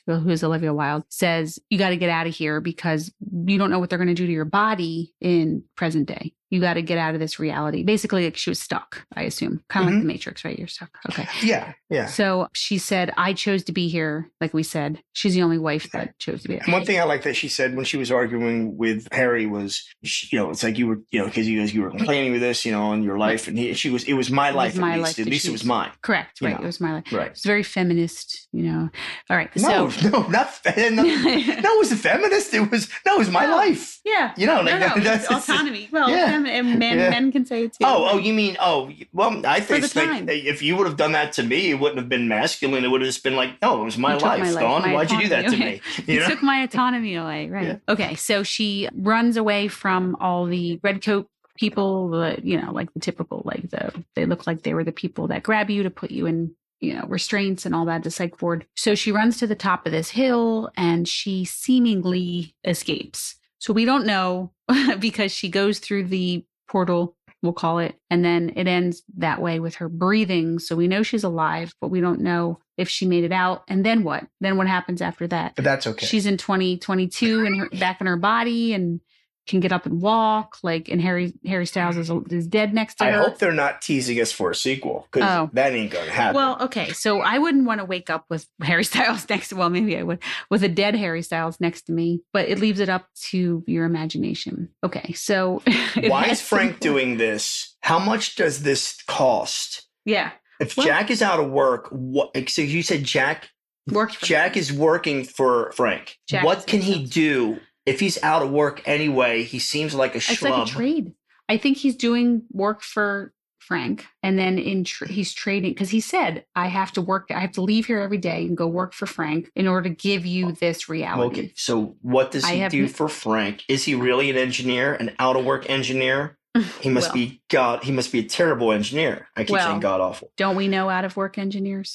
Speaker 1: well, who is Olivia Wilde, says, You got to get out of here because you don't know what they're going to do to your body in present day. You got to get out of this reality. Basically, like she was stuck, I assume. Kind of
Speaker 2: Mhm.
Speaker 1: like the Matrix, right? You're stuck. Okay.
Speaker 2: yeah. Yeah.
Speaker 1: So she said, I chose to be here. Like we said, she's the only wife that chose to be
Speaker 2: And
Speaker 1: here.
Speaker 2: one thing I like that she said when she was arguing with Harry was, she, you know, it's like you were, you know, because you guys you were complaining with this, you know, on your life, and he, she was, it was my
Speaker 1: Mm-hmm. was
Speaker 2: life.
Speaker 1: my
Speaker 2: at least,
Speaker 1: life
Speaker 2: at
Speaker 1: that
Speaker 2: least it
Speaker 1: she
Speaker 2: was
Speaker 1: was-
Speaker 2: mine.
Speaker 1: Correct.
Speaker 2: You
Speaker 1: Right.
Speaker 2: know.
Speaker 1: It was my life.
Speaker 2: Right.
Speaker 1: It's very feminist, you know. All right.
Speaker 2: No,
Speaker 1: So.
Speaker 2: no, not fe- no, no, it was a feminist. It was no, it was my
Speaker 1: No.
Speaker 2: life.
Speaker 1: Yeah.
Speaker 2: You know, like
Speaker 1: no, no,
Speaker 2: that- that's
Speaker 1: it's autonomy. Well,
Speaker 2: yeah.
Speaker 1: fem- and men,
Speaker 2: Yeah.
Speaker 1: men can say it too.
Speaker 2: Oh, oh, you mean oh? Well, I think
Speaker 1: the
Speaker 2: like,
Speaker 1: time.
Speaker 2: if you would have done that to me, it wouldn't have been masculine. It would have just been like, no, it was my
Speaker 1: You took my
Speaker 2: life,
Speaker 1: life,
Speaker 2: Dawn.
Speaker 1: my
Speaker 2: Why'd you do that to
Speaker 1: autonomy.
Speaker 2: me? You know,
Speaker 1: took my autonomy away. Right.
Speaker 2: Yeah.
Speaker 1: Okay. So she runs away from all the red coat people, the, you know, like the typical, like the, they look like they were the people that grab you to put you in, you know, restraints and all that, the psych ward. So she runs to the top of this hill and she seemingly escapes. So we don't know because she goes through the portal, we'll call it. And then it ends that way with her breathing. So we know she's alive, but we don't know if she made it out. And then what? Then what happens after that?
Speaker 2: but that's okay.
Speaker 1: She's in 2022 and her, back in her body and can get up and walk. Like, and Harry Harry Styles is, is dead next to
Speaker 2: I
Speaker 1: her.
Speaker 2: hope they're not teasing us for a sequel because
Speaker 1: Oh.
Speaker 2: that ain't gonna happen.
Speaker 1: Well, okay. So I wouldn't want to wake up with Harry Styles next. Well, maybe I would with a dead Harry Styles next to me, but it leaves it up to your imagination. Okay. So it
Speaker 2: Why
Speaker 1: has
Speaker 2: is
Speaker 1: to-
Speaker 2: Frank doing this? How much does this cost?
Speaker 1: Yeah.
Speaker 2: If
Speaker 1: Well-
Speaker 2: Jack is out of work, what? So you said Jack.
Speaker 1: Worked for
Speaker 2: Jack is working for Frank.
Speaker 1: Jack
Speaker 2: what
Speaker 1: is
Speaker 2: can he
Speaker 1: himself.
Speaker 2: do if he's out of work anyway? He seems like a
Speaker 1: It's
Speaker 2: schlub.
Speaker 1: like a trade. I think he's doing work for Frank, and then in tr he's trading because he said, "I have to work. I have to leave here every day and go work for Frank in order to give you this reality."
Speaker 2: Oh, okay, so what does
Speaker 1: I
Speaker 2: he
Speaker 1: have
Speaker 2: do
Speaker 1: n-
Speaker 2: for Frank? Is he really an engineer, an out of work engineer? He must
Speaker 1: Well,
Speaker 2: be god. He must be a terrible engineer. I keep saying
Speaker 1: Well-
Speaker 2: god awful.
Speaker 1: Don't we know out of work engineers?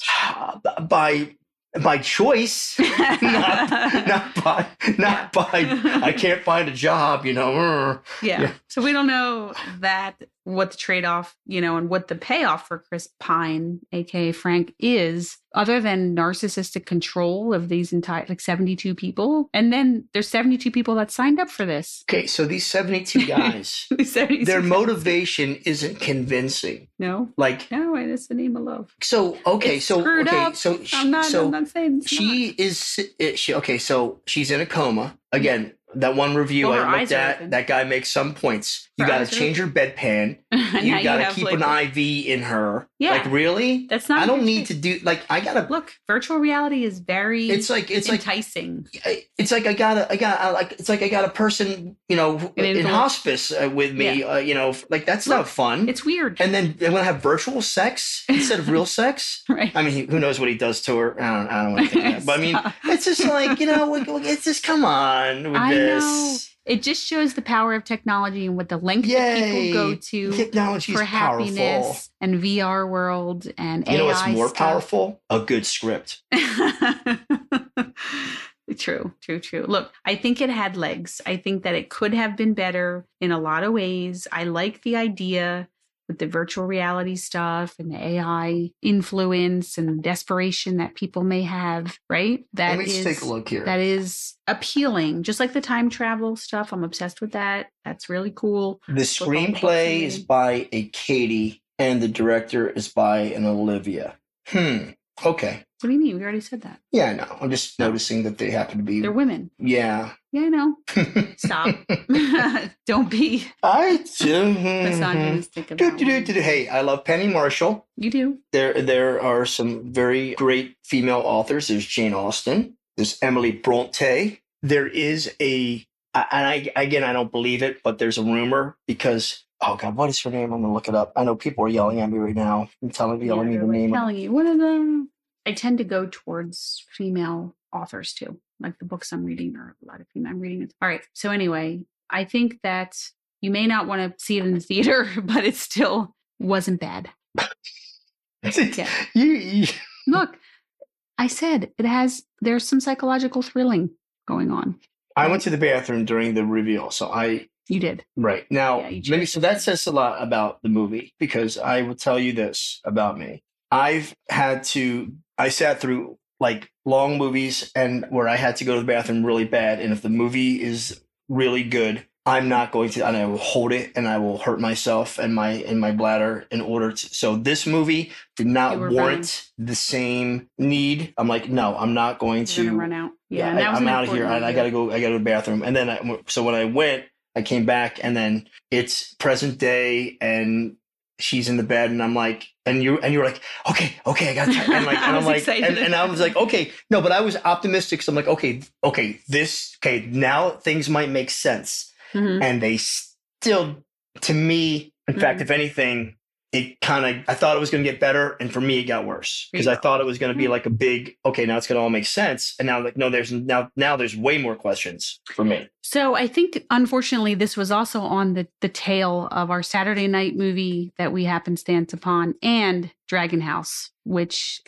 Speaker 2: By by choice, not, not by not by. I can't find a job. You know.
Speaker 1: yeah.
Speaker 2: Yeah.
Speaker 1: So we don't know that what the trade off, you know, and what the payoff for Chris Pine, aka Frank, is other than narcissistic control of these entire like 72 people. And then there's 72 people that signed up for this.
Speaker 2: Okay, so these seventy-two guys.
Speaker 1: 72
Speaker 2: their motivation isn't convincing.
Speaker 1: no.
Speaker 2: Like
Speaker 1: No, and it's the name of love.
Speaker 2: so, okay,
Speaker 1: It's
Speaker 2: so
Speaker 1: screwed
Speaker 2: okay,
Speaker 1: up.
Speaker 2: so eh, she,
Speaker 1: I'm not.
Speaker 2: so
Speaker 1: I'm not saying it's
Speaker 2: she is it- she okay, so she's in a coma again. That one review
Speaker 1: Well, her
Speaker 2: I
Speaker 1: eyes
Speaker 2: looked
Speaker 1: are
Speaker 2: at,
Speaker 1: open.
Speaker 2: that guy makes some points. You
Speaker 1: Her
Speaker 2: got
Speaker 1: eyes
Speaker 2: to
Speaker 1: are
Speaker 2: change your bedpan.
Speaker 1: And now
Speaker 2: You got to
Speaker 1: have,
Speaker 2: keep
Speaker 1: like,
Speaker 2: an IV in her.
Speaker 1: Yeah.
Speaker 2: Like, really?
Speaker 1: That's not.
Speaker 2: I
Speaker 1: in
Speaker 2: don't
Speaker 1: your
Speaker 2: need to
Speaker 1: face.
Speaker 2: do, like, I got to,
Speaker 1: Look, virtual reality is very.
Speaker 2: it's like, it's like, Mm-hmm.
Speaker 1: enticing.
Speaker 2: I- it's like I got a, I got I like it's like I got a person, you know,
Speaker 1: An
Speaker 2: in
Speaker 1: invalid.
Speaker 2: hospice uh, with me, uh, you know, f- like that's not
Speaker 1: Look,
Speaker 2: fun.
Speaker 1: it's weird,
Speaker 2: and then I'm gonna have virtual sex instead of real sex.
Speaker 1: right?
Speaker 2: I mean, who knows what he does to her? I don't, I don't want to think that. But I mean,
Speaker 1: Stop.
Speaker 2: it's just like you know, like, like, it's just come on with
Speaker 1: I know.
Speaker 2: this.
Speaker 1: it just shows the power of technology and what the length that
Speaker 2: Yay.
Speaker 1: people go to
Speaker 2: Technology is
Speaker 1: for
Speaker 2: powerful.
Speaker 1: happiness and VR world and
Speaker 2: You
Speaker 1: AI
Speaker 2: know what's more
Speaker 1: stuff.
Speaker 2: powerful? A good script.
Speaker 1: true, true, true. Look, I think it had legs. I think that it could have been better in a lot of ways. I like the idea with the virtual reality stuff and the AI influence and desperation that people may have, right? That
Speaker 2: Let me just
Speaker 1: is-
Speaker 2: take a look here.
Speaker 1: that is appealing, just like the time travel stuff. I'm obsessed with that. That's really cool.
Speaker 2: The
Speaker 1: all the books
Speaker 2: screenplay
Speaker 1: in
Speaker 2: is
Speaker 1: there.
Speaker 2: by a Katie, and the director is by an Olivia. Hmm. Okay.
Speaker 1: What do you mean? We already said that.
Speaker 2: Yeah, I know. I'm just noticing that they happen to be.
Speaker 1: They're Uh, women.
Speaker 2: yeah.
Speaker 1: Yeah, I know. Stop. Don't be
Speaker 2: I do. hmm,
Speaker 1: misogynistic about women.
Speaker 2: Do-do-do-do-do. Hey, I love Penny Marshall.
Speaker 1: You do.
Speaker 2: There, there are some very great female authors. There's Jane Austen. There's Emily Bronte. There is a, I- and I again, I don't believe it, but there's a rumor because oh god, what is her name? I'm gonna look it up. I know people are yelling at me right now and telling me, yelling
Speaker 1: Yeah,
Speaker 2: me the
Speaker 1: they're, like,
Speaker 2: name. of-
Speaker 1: telling you one of them. I tend to go towards female authors too. Like the books I'm reading are a lot of female. I'm reading it. All right. So anyway, I think that you may not want to see it in the theater, but it still wasn't bad. Yeah.
Speaker 2: You- you-
Speaker 1: Look, I said it has. There's some psychological thrilling going on.
Speaker 2: I went to the bathroom during the reveal, so I
Speaker 1: You did.
Speaker 2: Right. Now,
Speaker 1: Yeah, you
Speaker 2: let me, so that says a lot about the movie because I will tell you this about me. I've had to, I sat through like long movies and where I had to go to the bathroom really bad. And if the movie is really good, I'm not going to, and I will hold it and I will hurt myself and my, and my bladder in order to. So this movie did not
Speaker 1: You were
Speaker 2: warrant the same need. I'm like, no, I'm not going
Speaker 1: You're gonna
Speaker 2: to
Speaker 1: run out.
Speaker 2: yeah,
Speaker 1: Yeah, and that
Speaker 2: I,
Speaker 1: was
Speaker 2: am
Speaker 1: an
Speaker 2: out of here.
Speaker 1: important
Speaker 2: I, I
Speaker 1: idea.
Speaker 2: gotta go. I gotta go to the bathroom. And then, I, so when I went, I came back, and then it's present day, and she's in the bed, and I'm like, and you and you were like, okay, okay, I got time. And like,
Speaker 1: I
Speaker 2: and I'm
Speaker 1: was
Speaker 2: like,
Speaker 1: excited.
Speaker 2: and, and I was like, okay, no, but I was optimistic. So I'm like, okay, okay, this, okay, now things might make sense.
Speaker 1: Mhm.
Speaker 2: And they still, to me, in fact, if anything. It kind of, I thought it was going to get better. And for me, it got worse because I
Speaker 1: Yeah.
Speaker 2: thought it was going to be like a big okay now it's going to all make sense and now like no there's now now there's way more questions for me
Speaker 1: So I think unfortunately this was also on the the tail of our Saturday night movie that we happenstance upon and Dragon House, which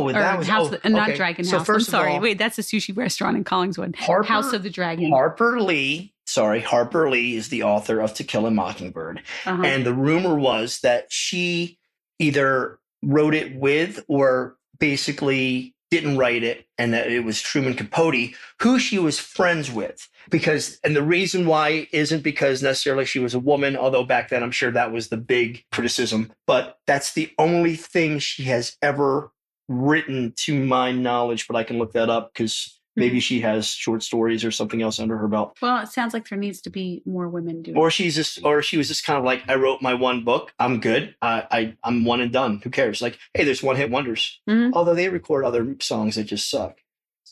Speaker 1: or
Speaker 2: well, that was
Speaker 1: House
Speaker 2: oh,
Speaker 1: of the, not
Speaker 2: okay.
Speaker 1: Dragon
Speaker 2: so
Speaker 1: House.
Speaker 2: first
Speaker 1: I'm sorry.
Speaker 2: of all,
Speaker 1: Wait, that's a sushi restaurant in Collingswood.
Speaker 2: Harper,
Speaker 1: House of the Dragon.
Speaker 2: Harper Lee sorry Harper Lee is the author of To Kill a Mockingbird
Speaker 1: Uh-huh.
Speaker 2: and the rumor was that she either wrote it with or basically didn't write it and that it was Truman Capote who she was friends with because and the reason why isn't because necessarily she was a woman although back then I'm sure that was the big criticism but that's the only thing she has ever written to my knowledge but I can look that up cuz maybe she has short stories or something else under her belt
Speaker 1: well, it sounds like there needs to be more women doing.
Speaker 2: or she's just or she was just kind of like i wrote my one book i'm good i, I i'm one and done who cares like hey there's one hit wonders
Speaker 1: Mhm.
Speaker 2: although they record other songs that just suck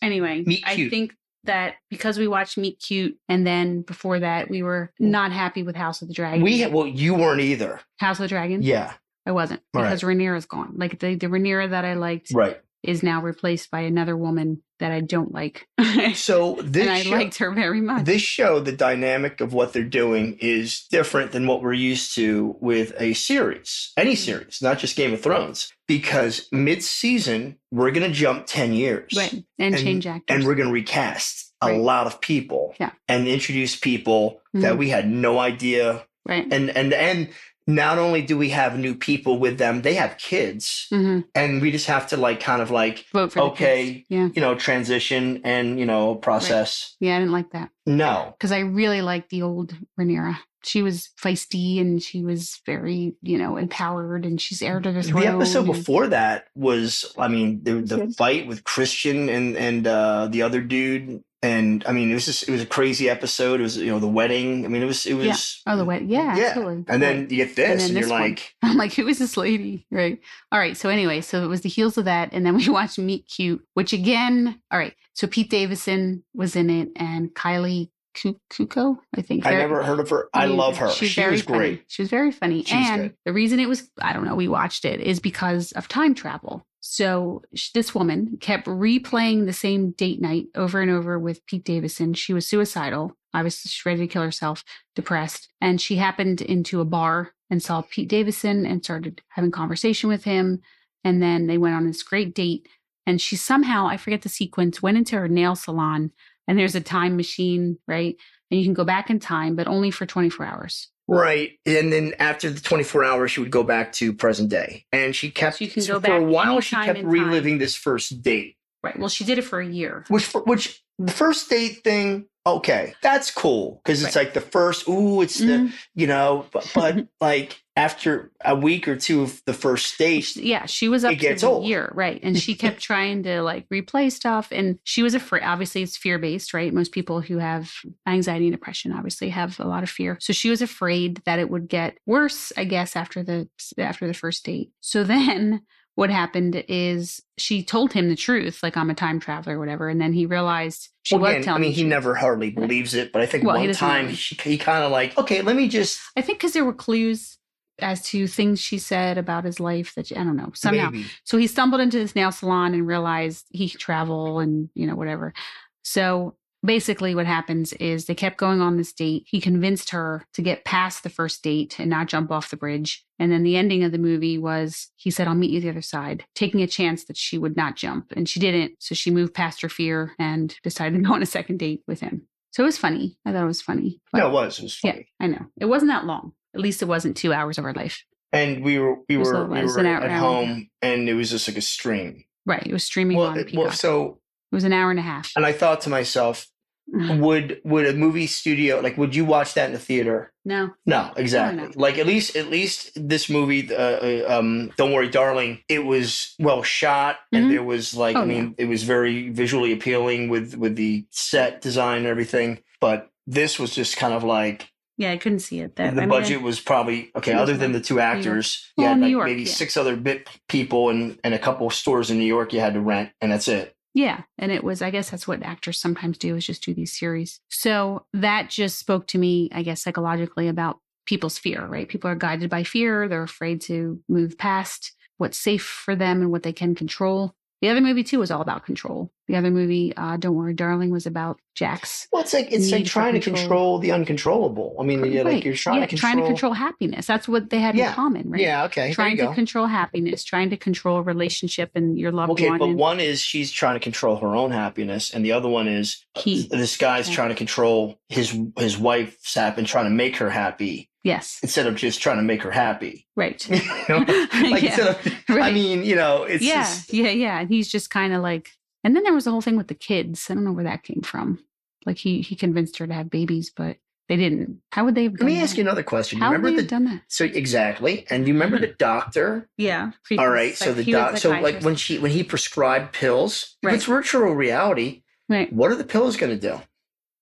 Speaker 1: anyway,
Speaker 2: Meet
Speaker 1: I
Speaker 2: Cute.
Speaker 1: think that because we watched Meet Cute and then before that we were not happy with House of the Dragon.
Speaker 2: we ha- well you weren't either
Speaker 1: House of the Dragon.
Speaker 2: yeah
Speaker 1: I wasn't
Speaker 2: All right.
Speaker 1: because Rhaenyra's gone. Like the the Rhaenyra that I liked
Speaker 2: right
Speaker 1: is now replaced by another woman that I don't like.
Speaker 2: so this
Speaker 1: and I
Speaker 2: show,
Speaker 1: liked her very much.
Speaker 2: this show the dynamic of what they're doing is different than what we're used to with a series any
Speaker 1: Mm-hmm.
Speaker 2: series not just game of thrones because mid-season we're going to jump 10 years
Speaker 1: right. And,
Speaker 2: and-
Speaker 1: change actors.
Speaker 2: and we're going to recast a
Speaker 1: Right.
Speaker 2: lot of people
Speaker 1: Yeah.
Speaker 2: and introduce people that
Speaker 1: Mhm.
Speaker 2: we had no idea
Speaker 1: right.
Speaker 2: and and and not only do we have new people with them they have kids
Speaker 1: hmm
Speaker 2: and we just have to like kind of like
Speaker 1: Vote for the
Speaker 2: Okay.
Speaker 1: kids. Yeah.
Speaker 2: you know transition and you know process
Speaker 1: Yeah, I didn't like that.
Speaker 2: No.
Speaker 1: because I really like the old Rhaenyra. She was feisty and she was very, you know, empowered and she's heir to the throne.
Speaker 2: The episode
Speaker 1: and-
Speaker 2: before that was, I mean, the, the fight with Christian and and uh, the other dude, and I mean, it was just it was a crazy episode. It was you know the wedding. I mean, it was it
Speaker 1: Yeah.
Speaker 2: was.
Speaker 1: Oh, the way. Yeah,
Speaker 2: Yeah.
Speaker 1: absolutely.
Speaker 2: And
Speaker 1: Right.
Speaker 2: then you get this, and,
Speaker 1: then
Speaker 2: you're
Speaker 1: this one.
Speaker 2: like,
Speaker 1: I'm like, who is this lady? Right. All right. So anyway, so it was the heels of that. And then we watched Meet Cute, which again, all right. So Pete Davison was in it and Kylie Ku- Kuko, I think.
Speaker 2: I
Speaker 1: Very-
Speaker 2: never heard of her. I
Speaker 1: Amazing.
Speaker 2: love her.
Speaker 1: She's
Speaker 2: she
Speaker 1: very
Speaker 2: was
Speaker 1: funny.
Speaker 2: great.
Speaker 1: She was very funny.
Speaker 2: She was
Speaker 1: and
Speaker 2: good.
Speaker 1: the reason it was, I don't know, we watched it is because of time travel. So sh- this woman kept replaying the same date night over and over with Pete Davison. She was suicidal. Obviously, she ready to kill herself, depressed. And she happened into a bar and saw Pete Davison and started having conversation with him. And then they went on this great date. And she somehow, I forget the sequence, went into her nail salon and there's a time machine, right? and you can go back in time, but only for 24 hours.
Speaker 2: Right. And then after the 24 hours, she would go back to present day. And she kept,
Speaker 1: So you can
Speaker 2: so
Speaker 1: go
Speaker 2: for a
Speaker 1: back
Speaker 2: while,
Speaker 1: any
Speaker 2: she
Speaker 1: time
Speaker 2: kept
Speaker 1: in time.
Speaker 2: reliving this first date,
Speaker 1: Right. Well, she did it for a year.
Speaker 2: which, for, which the first date thing, okay, that's cool. Cause it's like the first, ooh, it's the,
Speaker 1: Mhm.
Speaker 2: you know, but, but like after a week or two of the first date,
Speaker 1: Yeah, she was up
Speaker 2: It gets
Speaker 1: to
Speaker 2: old.
Speaker 1: a year, right? And she kept trying to like replay stuff, and she was afraid. Obviously, it's fear based, right? Most people who have anxiety and depression obviously have a lot of fear. So she was afraid that it would get worse, I guess, after the after the first date. So then what happened is she told him the truth, like I'm a time traveler, or whatever, and then he realized she
Speaker 2: Well,
Speaker 1: was
Speaker 2: again, I
Speaker 1: telling.
Speaker 2: mean,
Speaker 1: the
Speaker 2: he
Speaker 1: truth.
Speaker 2: never hardly believes it, but I think
Speaker 1: Well, he
Speaker 2: one
Speaker 1: doesn't
Speaker 2: time
Speaker 1: really.
Speaker 2: he, he kind of like, okay, let me just
Speaker 1: I think because there were clues as to things she said about his life that I don't know somehow.
Speaker 2: maybe.
Speaker 1: So he stumbled into this nail salon and realized he could travel and you know whatever. So basically, what happens is they kept going on this date. He convinced her to get past the first date and not jump off the bridge. And then the ending of the movie was he said, "I'll meet you the other side," taking a chance that she would not jump, and she didn't. So she moved past her fear and decided to go on a second date with him. So it was funny. I thought it was funny. but-
Speaker 2: No, it was. It was funny.
Speaker 1: yeah, I know. It wasn't that long. At least it wasn't two hours of our life.
Speaker 2: And we were we
Speaker 1: It was a
Speaker 2: were
Speaker 1: little
Speaker 2: we
Speaker 1: less
Speaker 2: were
Speaker 1: than an hour
Speaker 2: at
Speaker 1: and a half.
Speaker 2: home, and it was just like a stream.
Speaker 1: Right. It was streaming
Speaker 2: Well,
Speaker 1: on
Speaker 2: it-
Speaker 1: Peacock.
Speaker 2: well, so
Speaker 1: it was an hour and a half.
Speaker 2: and I thought to myself,
Speaker 1: Mm-hmm.
Speaker 2: would would a movie studio like would you watch that in the theater?
Speaker 1: no.
Speaker 2: No, exactly.
Speaker 1: not.
Speaker 2: Like at least at least this movie, uh, uh, um, Don't Worry, Darling, it was well shot,
Speaker 1: Mhm.
Speaker 2: and there was like
Speaker 1: Oh,
Speaker 2: I mean, it was very visually appealing with with the set design and everything. But this was just kind of like
Speaker 1: Yeah, I couldn't see it. That
Speaker 2: the
Speaker 1: I mean,
Speaker 2: budget was probably okay.
Speaker 1: It was
Speaker 2: Other than the
Speaker 1: like
Speaker 2: two actors,
Speaker 1: Well,
Speaker 2: you had
Speaker 1: New
Speaker 2: like
Speaker 1: York,
Speaker 2: maybe
Speaker 1: yeah.
Speaker 2: six other bit people and and a couple stores in New York you had to rent, and that's it.
Speaker 1: yeah, and it was. I guess that's what actors sometimes do is just do these series. So that just spoke to me, I guess, psychologically about people's fear. Right? People are guided by fear. They're afraid to move past what's safe for them and what they can control. The other movie too was all about control. The other movie, uh, Don't Worry, Darling, was about Jax.
Speaker 2: Well, it's like it's like
Speaker 1: Need for
Speaker 2: trying to
Speaker 1: control.
Speaker 2: control the uncontrollable. I mean, yeah, like
Speaker 1: Right.
Speaker 2: you're trying,
Speaker 1: Yeah,
Speaker 2: to control,
Speaker 1: trying to control happiness. That's what they had
Speaker 2: Yeah.
Speaker 1: in common, right?
Speaker 2: Yeah, okay,
Speaker 1: Trying
Speaker 2: there you
Speaker 1: to
Speaker 2: go.
Speaker 1: control happiness, trying to control relationship and your loved
Speaker 2: Okay,
Speaker 1: one.
Speaker 2: but
Speaker 1: and
Speaker 2: one is she's trying to control her own happiness, and the other one is uh,
Speaker 1: he,
Speaker 2: this guy's
Speaker 1: Yeah.
Speaker 2: trying to control his his wife's happy and trying to make her happy
Speaker 1: yes,
Speaker 2: instead of just trying to make her happy.
Speaker 1: right.
Speaker 2: You know? like
Speaker 1: Yeah,
Speaker 2: instead of, I
Speaker 1: right.
Speaker 2: mean, you know, it's
Speaker 1: yeah,
Speaker 2: just,
Speaker 1: yeah, yeah. And he's just kind of like, and then there was the whole thing with the kids. I don't know where that came from. Like he he convinced her to have babies, but they didn't. How would they have
Speaker 2: Let
Speaker 1: done
Speaker 2: me
Speaker 1: that?
Speaker 2: ask you another question. Do
Speaker 1: How
Speaker 2: you
Speaker 1: would they
Speaker 2: remember
Speaker 1: have
Speaker 2: the
Speaker 1: done that?
Speaker 2: so exactly, and you remember the doctor?
Speaker 1: Yeah.
Speaker 2: All right, so the doc, so like when she when he prescribed pills,
Speaker 1: Right.
Speaker 2: if it's virtual reality,
Speaker 1: right?
Speaker 2: what are the pills going to do?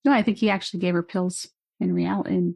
Speaker 1: No, I think he actually gave her pills in reality in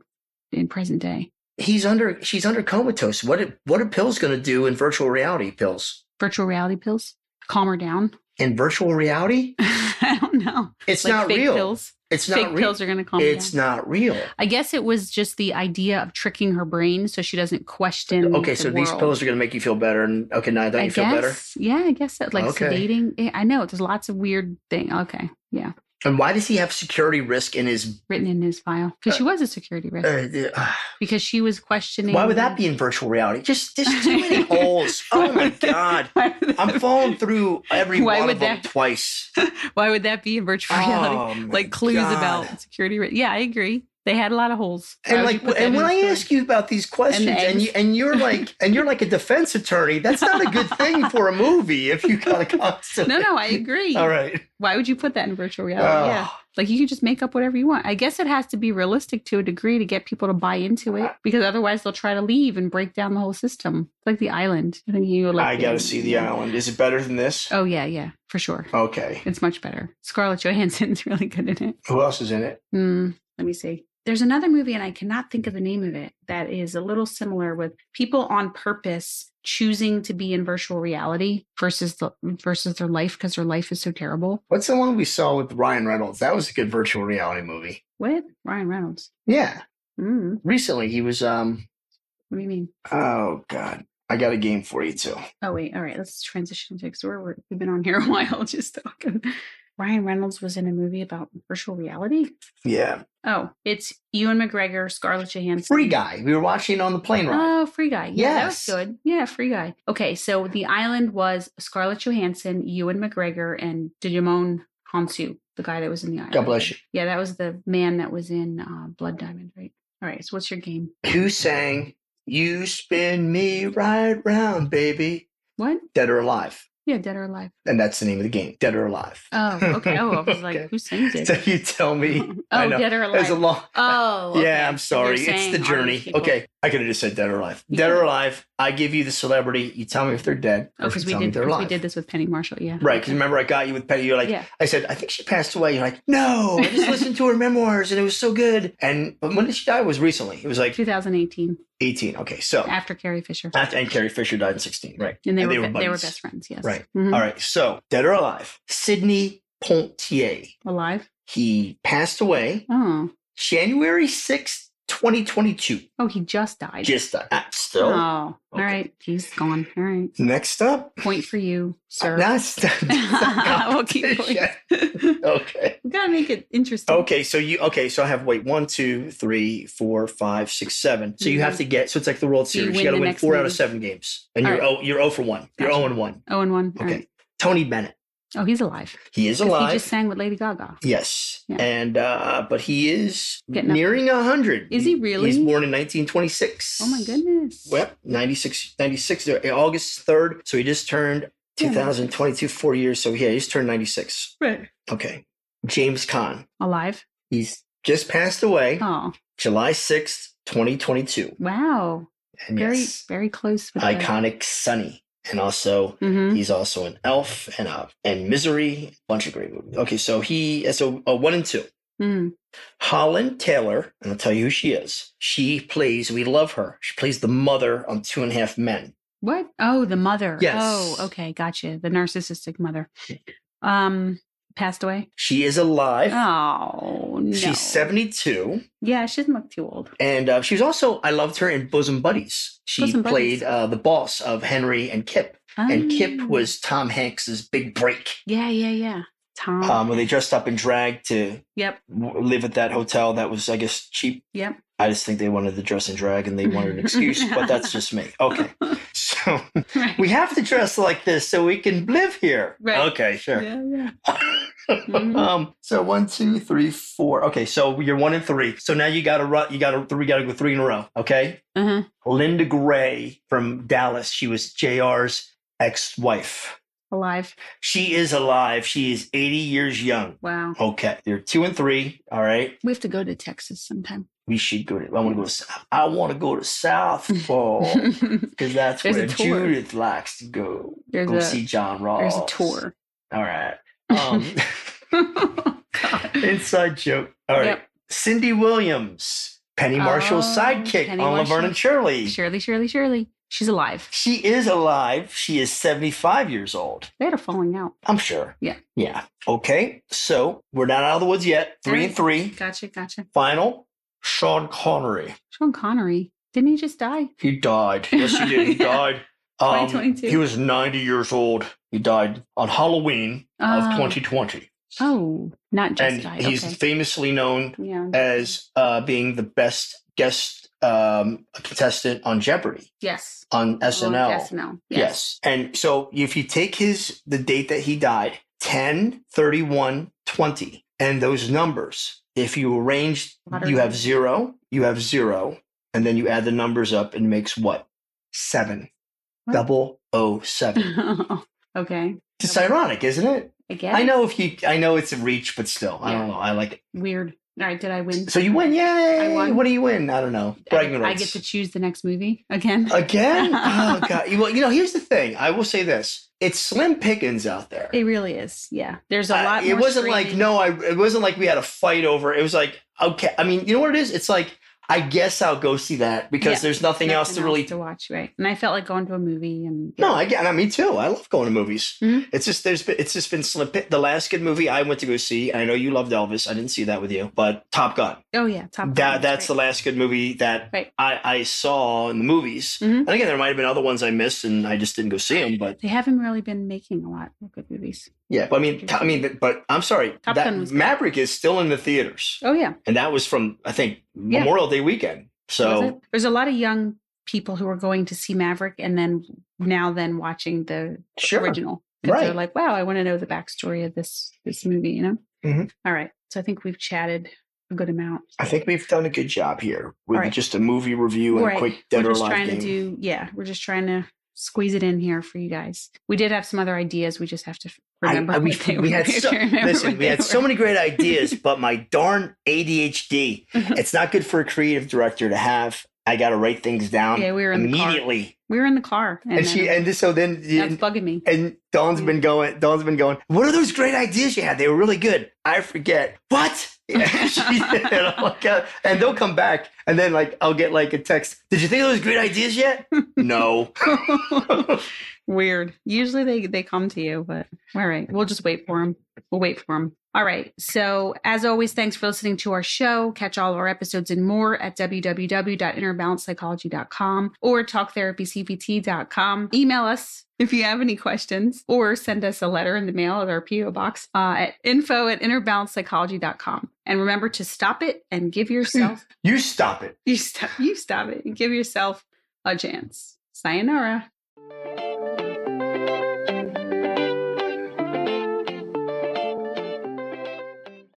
Speaker 1: in present day
Speaker 2: He's under she's under comatose. What are, what are pills going to do in virtual reality? Pills
Speaker 1: virtual reality pills calm her down.
Speaker 2: in virtual reality,
Speaker 1: I don't know.
Speaker 2: it's
Speaker 1: Like
Speaker 2: not
Speaker 1: fake
Speaker 2: real.
Speaker 1: pills.
Speaker 2: It's
Speaker 1: fake
Speaker 2: not real.
Speaker 1: pills Oh, are going to calm me
Speaker 2: It's
Speaker 1: down.
Speaker 2: not real.
Speaker 1: I guess it was just the idea of tricking her brain so she doesn't question.
Speaker 2: Okay,
Speaker 1: the
Speaker 2: so these
Speaker 1: world.
Speaker 2: pills are going to make you feel better, and okay, now don't
Speaker 1: I
Speaker 2: you feel better?
Speaker 1: guess, Yeah, I guess that like
Speaker 2: Okay.
Speaker 1: sedating. Yeah, I know there's lots of weird thing. Okay, yeah,
Speaker 2: And why does he have security risk in his?
Speaker 1: written in his file because she was a security risk
Speaker 2: Uh, uh,
Speaker 1: because she was questioning.
Speaker 2: why would that be in virtual reality? Just just too many holes. Oh my god. I'm falling through every
Speaker 1: Why
Speaker 2: one
Speaker 1: would
Speaker 2: of them
Speaker 1: that-
Speaker 2: twice.
Speaker 1: Why would that be in virtual reality?
Speaker 2: Oh, my
Speaker 1: like clues
Speaker 2: God.
Speaker 1: about security. ri- Yeah, I agree. They had a lot of holes.
Speaker 2: And
Speaker 1: Why would
Speaker 2: like,
Speaker 1: you put that
Speaker 2: and when
Speaker 1: in
Speaker 2: I
Speaker 1: the story?
Speaker 2: ask you about these questions, and,
Speaker 1: eggs.
Speaker 2: you and you're like, and you're like a defense attorney, that's not a good thing for a movie if you gotta constantly.
Speaker 1: no, no, I agree.
Speaker 2: All right.
Speaker 1: Why would you put that in virtual reality?
Speaker 2: Oh,
Speaker 1: yeah, like you can just make up whatever you want. I guess it has to be realistic to a degree to get people to buy into it, because otherwise they'll try to leave and break down the whole system. It's like the island. I think you like.
Speaker 2: I gotta see the island. Is it better than this?
Speaker 1: Oh yeah, yeah, for sure.
Speaker 2: Okay.
Speaker 1: It's much better. Scarlett Johansson's really good in it.
Speaker 2: Who else is in it?
Speaker 1: Hmm, let me see. There's another movie, and I cannot think of the name of it, that is a little similar with people on purpose choosing to be in virtual reality versus the versus their life because their life is so terrible.
Speaker 2: What's the one we saw with Ryan Reynolds? That was a good virtual reality movie.
Speaker 1: What? Ryan Reynolds.
Speaker 2: Yeah.
Speaker 1: Mm,
Speaker 2: Recently he was um
Speaker 1: what do you mean?
Speaker 2: oh god. I got a game for you too.
Speaker 1: Oh wait, all right. Let's transition to because we're, we're we've been on here a while just talking. Ryan Reynolds was in a movie about virtual reality.
Speaker 2: Yeah.
Speaker 1: Oh, it's Ewan McGregor, Scarlett Johansson.
Speaker 2: Free guy. We were watching it on the plane ride.
Speaker 1: Oh, Free Guy. Yeah, that
Speaker 2: Yes.
Speaker 1: was good. Yeah, Free Guy. Okay, so the island was Scarlett Johansson, Ewan McGregor, and Digimon Hansu, the guy that was in the island.
Speaker 2: God bless you.
Speaker 1: Yeah, that was the man that was in uh, Blood Diamond, right? All right, so what's your game?
Speaker 2: Who sang You Spin Me Right Round, Baby?
Speaker 1: What?
Speaker 2: Dead or Alive.
Speaker 1: Yeah, Dead or Alive.
Speaker 2: And that's the name of the game. Dead or Alive.
Speaker 1: Oh, okay. Oh, I was like,
Speaker 2: Okay.
Speaker 1: who sings
Speaker 2: So
Speaker 1: it?
Speaker 2: you tell me. I
Speaker 1: oh,
Speaker 2: know.
Speaker 1: Dead or Alive.
Speaker 2: It's a long
Speaker 1: oh, okay.
Speaker 2: Yeah, I'm
Speaker 1: So you're
Speaker 2: sorry. It's
Speaker 1: saying
Speaker 2: the
Speaker 1: all these
Speaker 2: journey.
Speaker 1: people-
Speaker 2: Okay. I could have just said dead or alive.
Speaker 1: You
Speaker 2: Dead or
Speaker 1: could've.
Speaker 2: alive. I give you the celebrity. You tell me if they're dead.
Speaker 1: Oh,
Speaker 2: or if
Speaker 1: because
Speaker 2: you
Speaker 1: we
Speaker 2: tell me
Speaker 1: did
Speaker 2: they're
Speaker 1: 'cause we
Speaker 2: alive.
Speaker 1: did this with Penny Marshall. Yeah.
Speaker 2: Right, because remember I got you with Penny. You're like,
Speaker 1: yeah.
Speaker 2: I said, I think she passed away. You're like, no, I just listened to her memoirs and it was so good. And but when did she die? It was recently. It was like
Speaker 1: 2018
Speaker 2: 18. Okay, so
Speaker 1: after Carrie Fisher.
Speaker 2: after and Carrie Fisher died in 16. Right.
Speaker 1: And they,
Speaker 2: and
Speaker 1: were,
Speaker 2: they were
Speaker 1: be- they were
Speaker 2: buddies.
Speaker 1: best friends, yes.
Speaker 2: Right.
Speaker 1: Mhm.
Speaker 2: All right, so dead or alive, Sidney Pontier.
Speaker 1: Alive.
Speaker 2: He passed away
Speaker 1: Oh.
Speaker 2: January 6th, 2022.
Speaker 1: Oh, he just died.
Speaker 2: Just died. Ah, still.
Speaker 1: Oh, all
Speaker 2: Okay.
Speaker 1: right. He's gone. All right.
Speaker 2: Next up,
Speaker 1: Point for you, sir.
Speaker 2: That's
Speaker 1: we'll keep going. we
Speaker 2: okay.
Speaker 1: gotta make it interesting.
Speaker 2: Okay, so you okay, so I have wait one, two, three, four, five, six, seven. So you have to get so it's like the World
Speaker 1: Mm-hmm. So you
Speaker 2: Series. You,
Speaker 1: win
Speaker 2: gotta
Speaker 1: the
Speaker 2: win
Speaker 1: next
Speaker 2: four out of
Speaker 1: movie.
Speaker 2: seven games. And
Speaker 1: All
Speaker 2: you're
Speaker 1: right.
Speaker 2: oh you're 0 for one. You're
Speaker 1: Gotcha.
Speaker 2: 0 and one.
Speaker 1: Oh, and one. All
Speaker 2: Okay.
Speaker 1: right.
Speaker 2: Tony Bennett.
Speaker 1: Oh, he's alive.
Speaker 2: He is
Speaker 1: 'Cause
Speaker 2: alive.
Speaker 1: He just sang with Lady Gaga.
Speaker 2: Yes.
Speaker 1: Yeah.
Speaker 2: And uh but he is
Speaker 1: Getting up
Speaker 2: nearing a hundred.
Speaker 1: Is he really?
Speaker 2: He's born in nineteen twenty six.
Speaker 1: Oh my goodness.
Speaker 2: Well, 96, 96, uh, August 3rd. So he just turned
Speaker 1: Yeah,
Speaker 2: 2022, four years. So yeah, he just turned 96.
Speaker 1: Right.
Speaker 2: Okay. James Kahn.
Speaker 1: Alive.
Speaker 2: He's just passed away
Speaker 1: Oh,
Speaker 2: July 6th, 2022.
Speaker 1: wow.
Speaker 2: And
Speaker 1: Very,
Speaker 2: yes,
Speaker 1: very close. With
Speaker 2: iconic Sunny. And also,
Speaker 1: Mm-hmm.
Speaker 2: he's also an elf and uh, and misery. Bunch of great movies. Okay, so he, so uh, one and two.
Speaker 1: Mm.
Speaker 2: Holland Taylor, and I'll tell you who she is. She plays, we love her. She plays the mother on Two and a Half Men.
Speaker 1: What? Oh, the mother.
Speaker 2: Yes.
Speaker 1: Oh, okay. Gotcha. The narcissistic mother. Um, passed away.
Speaker 2: She is alive.
Speaker 1: Oh, no.
Speaker 2: She's 72.
Speaker 1: Yeah, she doesn't look too old.
Speaker 2: And uh, she was also, I loved her in Bosom Buddies. She
Speaker 1: Bosom
Speaker 2: played
Speaker 1: Buddies.
Speaker 2: Uh, the boss of Henry and Kip. And
Speaker 1: Oh.
Speaker 2: Kip was Tom Hanks's big break.
Speaker 1: Yeah, yeah, yeah. Tom.
Speaker 2: Um, when they dressed up in drag to
Speaker 1: yep,
Speaker 2: w- live at that hotel that was, I guess, cheap.
Speaker 1: yep.
Speaker 2: I just think they wanted to dress in drag and they wanted an excuse, but that's just me. Okay. So
Speaker 1: right.
Speaker 2: we have to dress like this so we can live here.
Speaker 1: Right.
Speaker 2: Okay, sure.
Speaker 1: Yeah, yeah. Mhm.
Speaker 2: um so one two three four okay so you're one and three so now you gotta run you gotta three gotta go three in a row okay
Speaker 1: Uh-huh.
Speaker 2: linda gray from dallas she was jr's ex-wife
Speaker 1: Alive.
Speaker 2: she is alive she is 80 years young
Speaker 1: Wow.
Speaker 2: okay you're two and three all right
Speaker 1: We have to go to Texas sometime.
Speaker 2: we should go to i want to go to south i want to go to south fall because that's
Speaker 1: There's a
Speaker 2: where
Speaker 1: tour.
Speaker 2: judith likes to go
Speaker 1: there's
Speaker 2: go
Speaker 1: a
Speaker 2: see john Ross.
Speaker 1: there's a tour. Oh,
Speaker 2: all right um
Speaker 1: God.
Speaker 2: Inside joke. All right.
Speaker 1: Yep.
Speaker 2: Cindy Williams, Penny Marshall's
Speaker 1: Oh,
Speaker 2: sidekick
Speaker 1: Penny
Speaker 2: on
Speaker 1: Marshall.
Speaker 2: Laverne and Shirley.
Speaker 1: Shirley, Shirley, Shirley. She's alive.
Speaker 2: She is alive. She is 75 years old.
Speaker 1: They had a falling out.
Speaker 2: I'm sure.
Speaker 1: Yeah.
Speaker 2: Yeah. Okay. So we're not out of the woods yet. Three and three.
Speaker 1: Gotcha, gotcha.
Speaker 2: Final. Sean Connery.
Speaker 1: Sean Connery. Didn't he just die?
Speaker 2: He died. Yes, he did. He
Speaker 1: Yeah.
Speaker 2: died. Um,
Speaker 1: 2022.
Speaker 2: he was 90 years old. He died on Halloween of
Speaker 1: Oh.
Speaker 2: 2020.
Speaker 1: Oh, not just
Speaker 2: And
Speaker 1: die.
Speaker 2: he's
Speaker 1: okay.
Speaker 2: famously known
Speaker 1: yeah.
Speaker 2: as uh, being the best guest um, contestant on Jeopardy
Speaker 1: Yes.
Speaker 2: on SNL.
Speaker 1: Oh, SNL.
Speaker 2: Yes. And so if you take his the date that he died, 10, 31, 20, and those numbers, If you arrange,
Speaker 1: Lottery.
Speaker 2: you have zero, you have zero, and then you add the numbers up and makes what? Seven.
Speaker 1: What?
Speaker 2: Double oh seven.
Speaker 1: okay.
Speaker 2: It's ironic, isn't it?
Speaker 1: I guess.
Speaker 2: I know if you, I know it's a reach, but still, I don't
Speaker 1: Yeah.
Speaker 2: know. I like it.
Speaker 1: Weird. All right. Did I win?
Speaker 2: So you win, yay!
Speaker 1: I won.
Speaker 2: What do you win? I don't know. Bragging
Speaker 1: I, I
Speaker 2: rights. Uh,
Speaker 1: get to choose the next movie again.
Speaker 2: Again? Oh god. Well, you know, here's the thing. I will say this. It's slim pickings out there.
Speaker 1: it really is. Yeah. There's a
Speaker 2: I-
Speaker 1: lot.
Speaker 2: Uh, it
Speaker 1: more
Speaker 2: wasn't like
Speaker 1: streaming.
Speaker 2: no, I it wasn't like we had a fight over. It It was like, okay, I mean, you know what it is? It's like I guess I'll go see that because
Speaker 1: Yeah,
Speaker 2: there's nothing, else to
Speaker 1: Nothing
Speaker 2: really
Speaker 1: to watch, right? And I felt like going to a movie and
Speaker 2: No, I get I mean, me too. I love going to movies.
Speaker 1: Mhm.
Speaker 2: It's just there's been it's just been slim pick. the last good movie I went to go see, and I know you loved Elvis. I didn't see that with you, but Top Gun.
Speaker 1: oh yeah, top Gun,
Speaker 2: that that's the
Speaker 1: great.
Speaker 2: last good movie that
Speaker 1: Right.
Speaker 2: I, I saw in the movies.
Speaker 1: Mhm.
Speaker 2: And again, there might have been other ones I missed and I just didn't go see them. But
Speaker 1: They haven't really been making a lot of good movies.
Speaker 2: yeah, but I mean, t- I mean, but, but I'm sorry,
Speaker 1: Top
Speaker 2: that
Speaker 1: Gun was good.
Speaker 2: Maverick is still in the theaters,
Speaker 1: Oh yeah,
Speaker 2: and that was from I think
Speaker 1: Yeah.
Speaker 2: Memorial Day weekend.
Speaker 1: was it?
Speaker 2: So
Speaker 1: there's a lot of young people who are going to see Maverick and then now then watching the
Speaker 2: sure,
Speaker 1: original. 'Cause They're
Speaker 2: Right.
Speaker 1: like, wow, I want to know the backstory of this this movie. You know.
Speaker 2: Mhm.
Speaker 1: All right. So I think we've chatted a good amount.
Speaker 2: I think we've done a good job here with
Speaker 1: All right.
Speaker 2: just a movie review and
Speaker 1: Right.
Speaker 2: a quick dead
Speaker 1: we're
Speaker 2: or
Speaker 1: just
Speaker 2: alive
Speaker 1: trying
Speaker 2: game.
Speaker 1: to do yeah we're just trying to squeeze it in here for you guys we did have some other ideas we just have to f-
Speaker 2: I-
Speaker 1: remember
Speaker 2: I- we-
Speaker 1: what they
Speaker 2: we
Speaker 1: were.
Speaker 2: had
Speaker 1: have
Speaker 2: so-
Speaker 1: to remember
Speaker 2: Listen,
Speaker 1: what
Speaker 2: we
Speaker 1: they
Speaker 2: had so
Speaker 1: were.
Speaker 2: many great ideas, but my darn ADHD,
Speaker 1: Mm-hmm.
Speaker 2: it's not good for a creative director to have. I got to write things down
Speaker 1: yeah we were in the car
Speaker 2: immediately.
Speaker 1: we were in the car and,
Speaker 2: and she
Speaker 1: then-
Speaker 2: and so then
Speaker 1: that's
Speaker 2: and,
Speaker 1: bugging me
Speaker 2: and Dawn's
Speaker 1: Yeah.
Speaker 2: been going. Dawn's been going. What are those great ideas you had? They were really good. I forget what. Yeah, she- and, I'm like, uh, and they'll come back, and then like I'll get like a text. Did you think of those great ideas yet? no.
Speaker 1: weird usually they they come to you but all right we'll just wait for them we'll wait for them all right so as always thanks for listening to our show catch all of our episodes and more at www.innerbalancepsychology.com or talktherapycbt.com email us if you have any questions or send us a letter in the mail at our po box uh, at info at innerbalancepsychology.com and remember to stop it and give yourself
Speaker 2: you stop it.
Speaker 1: you stop you stop it and give yourself a chance sayonara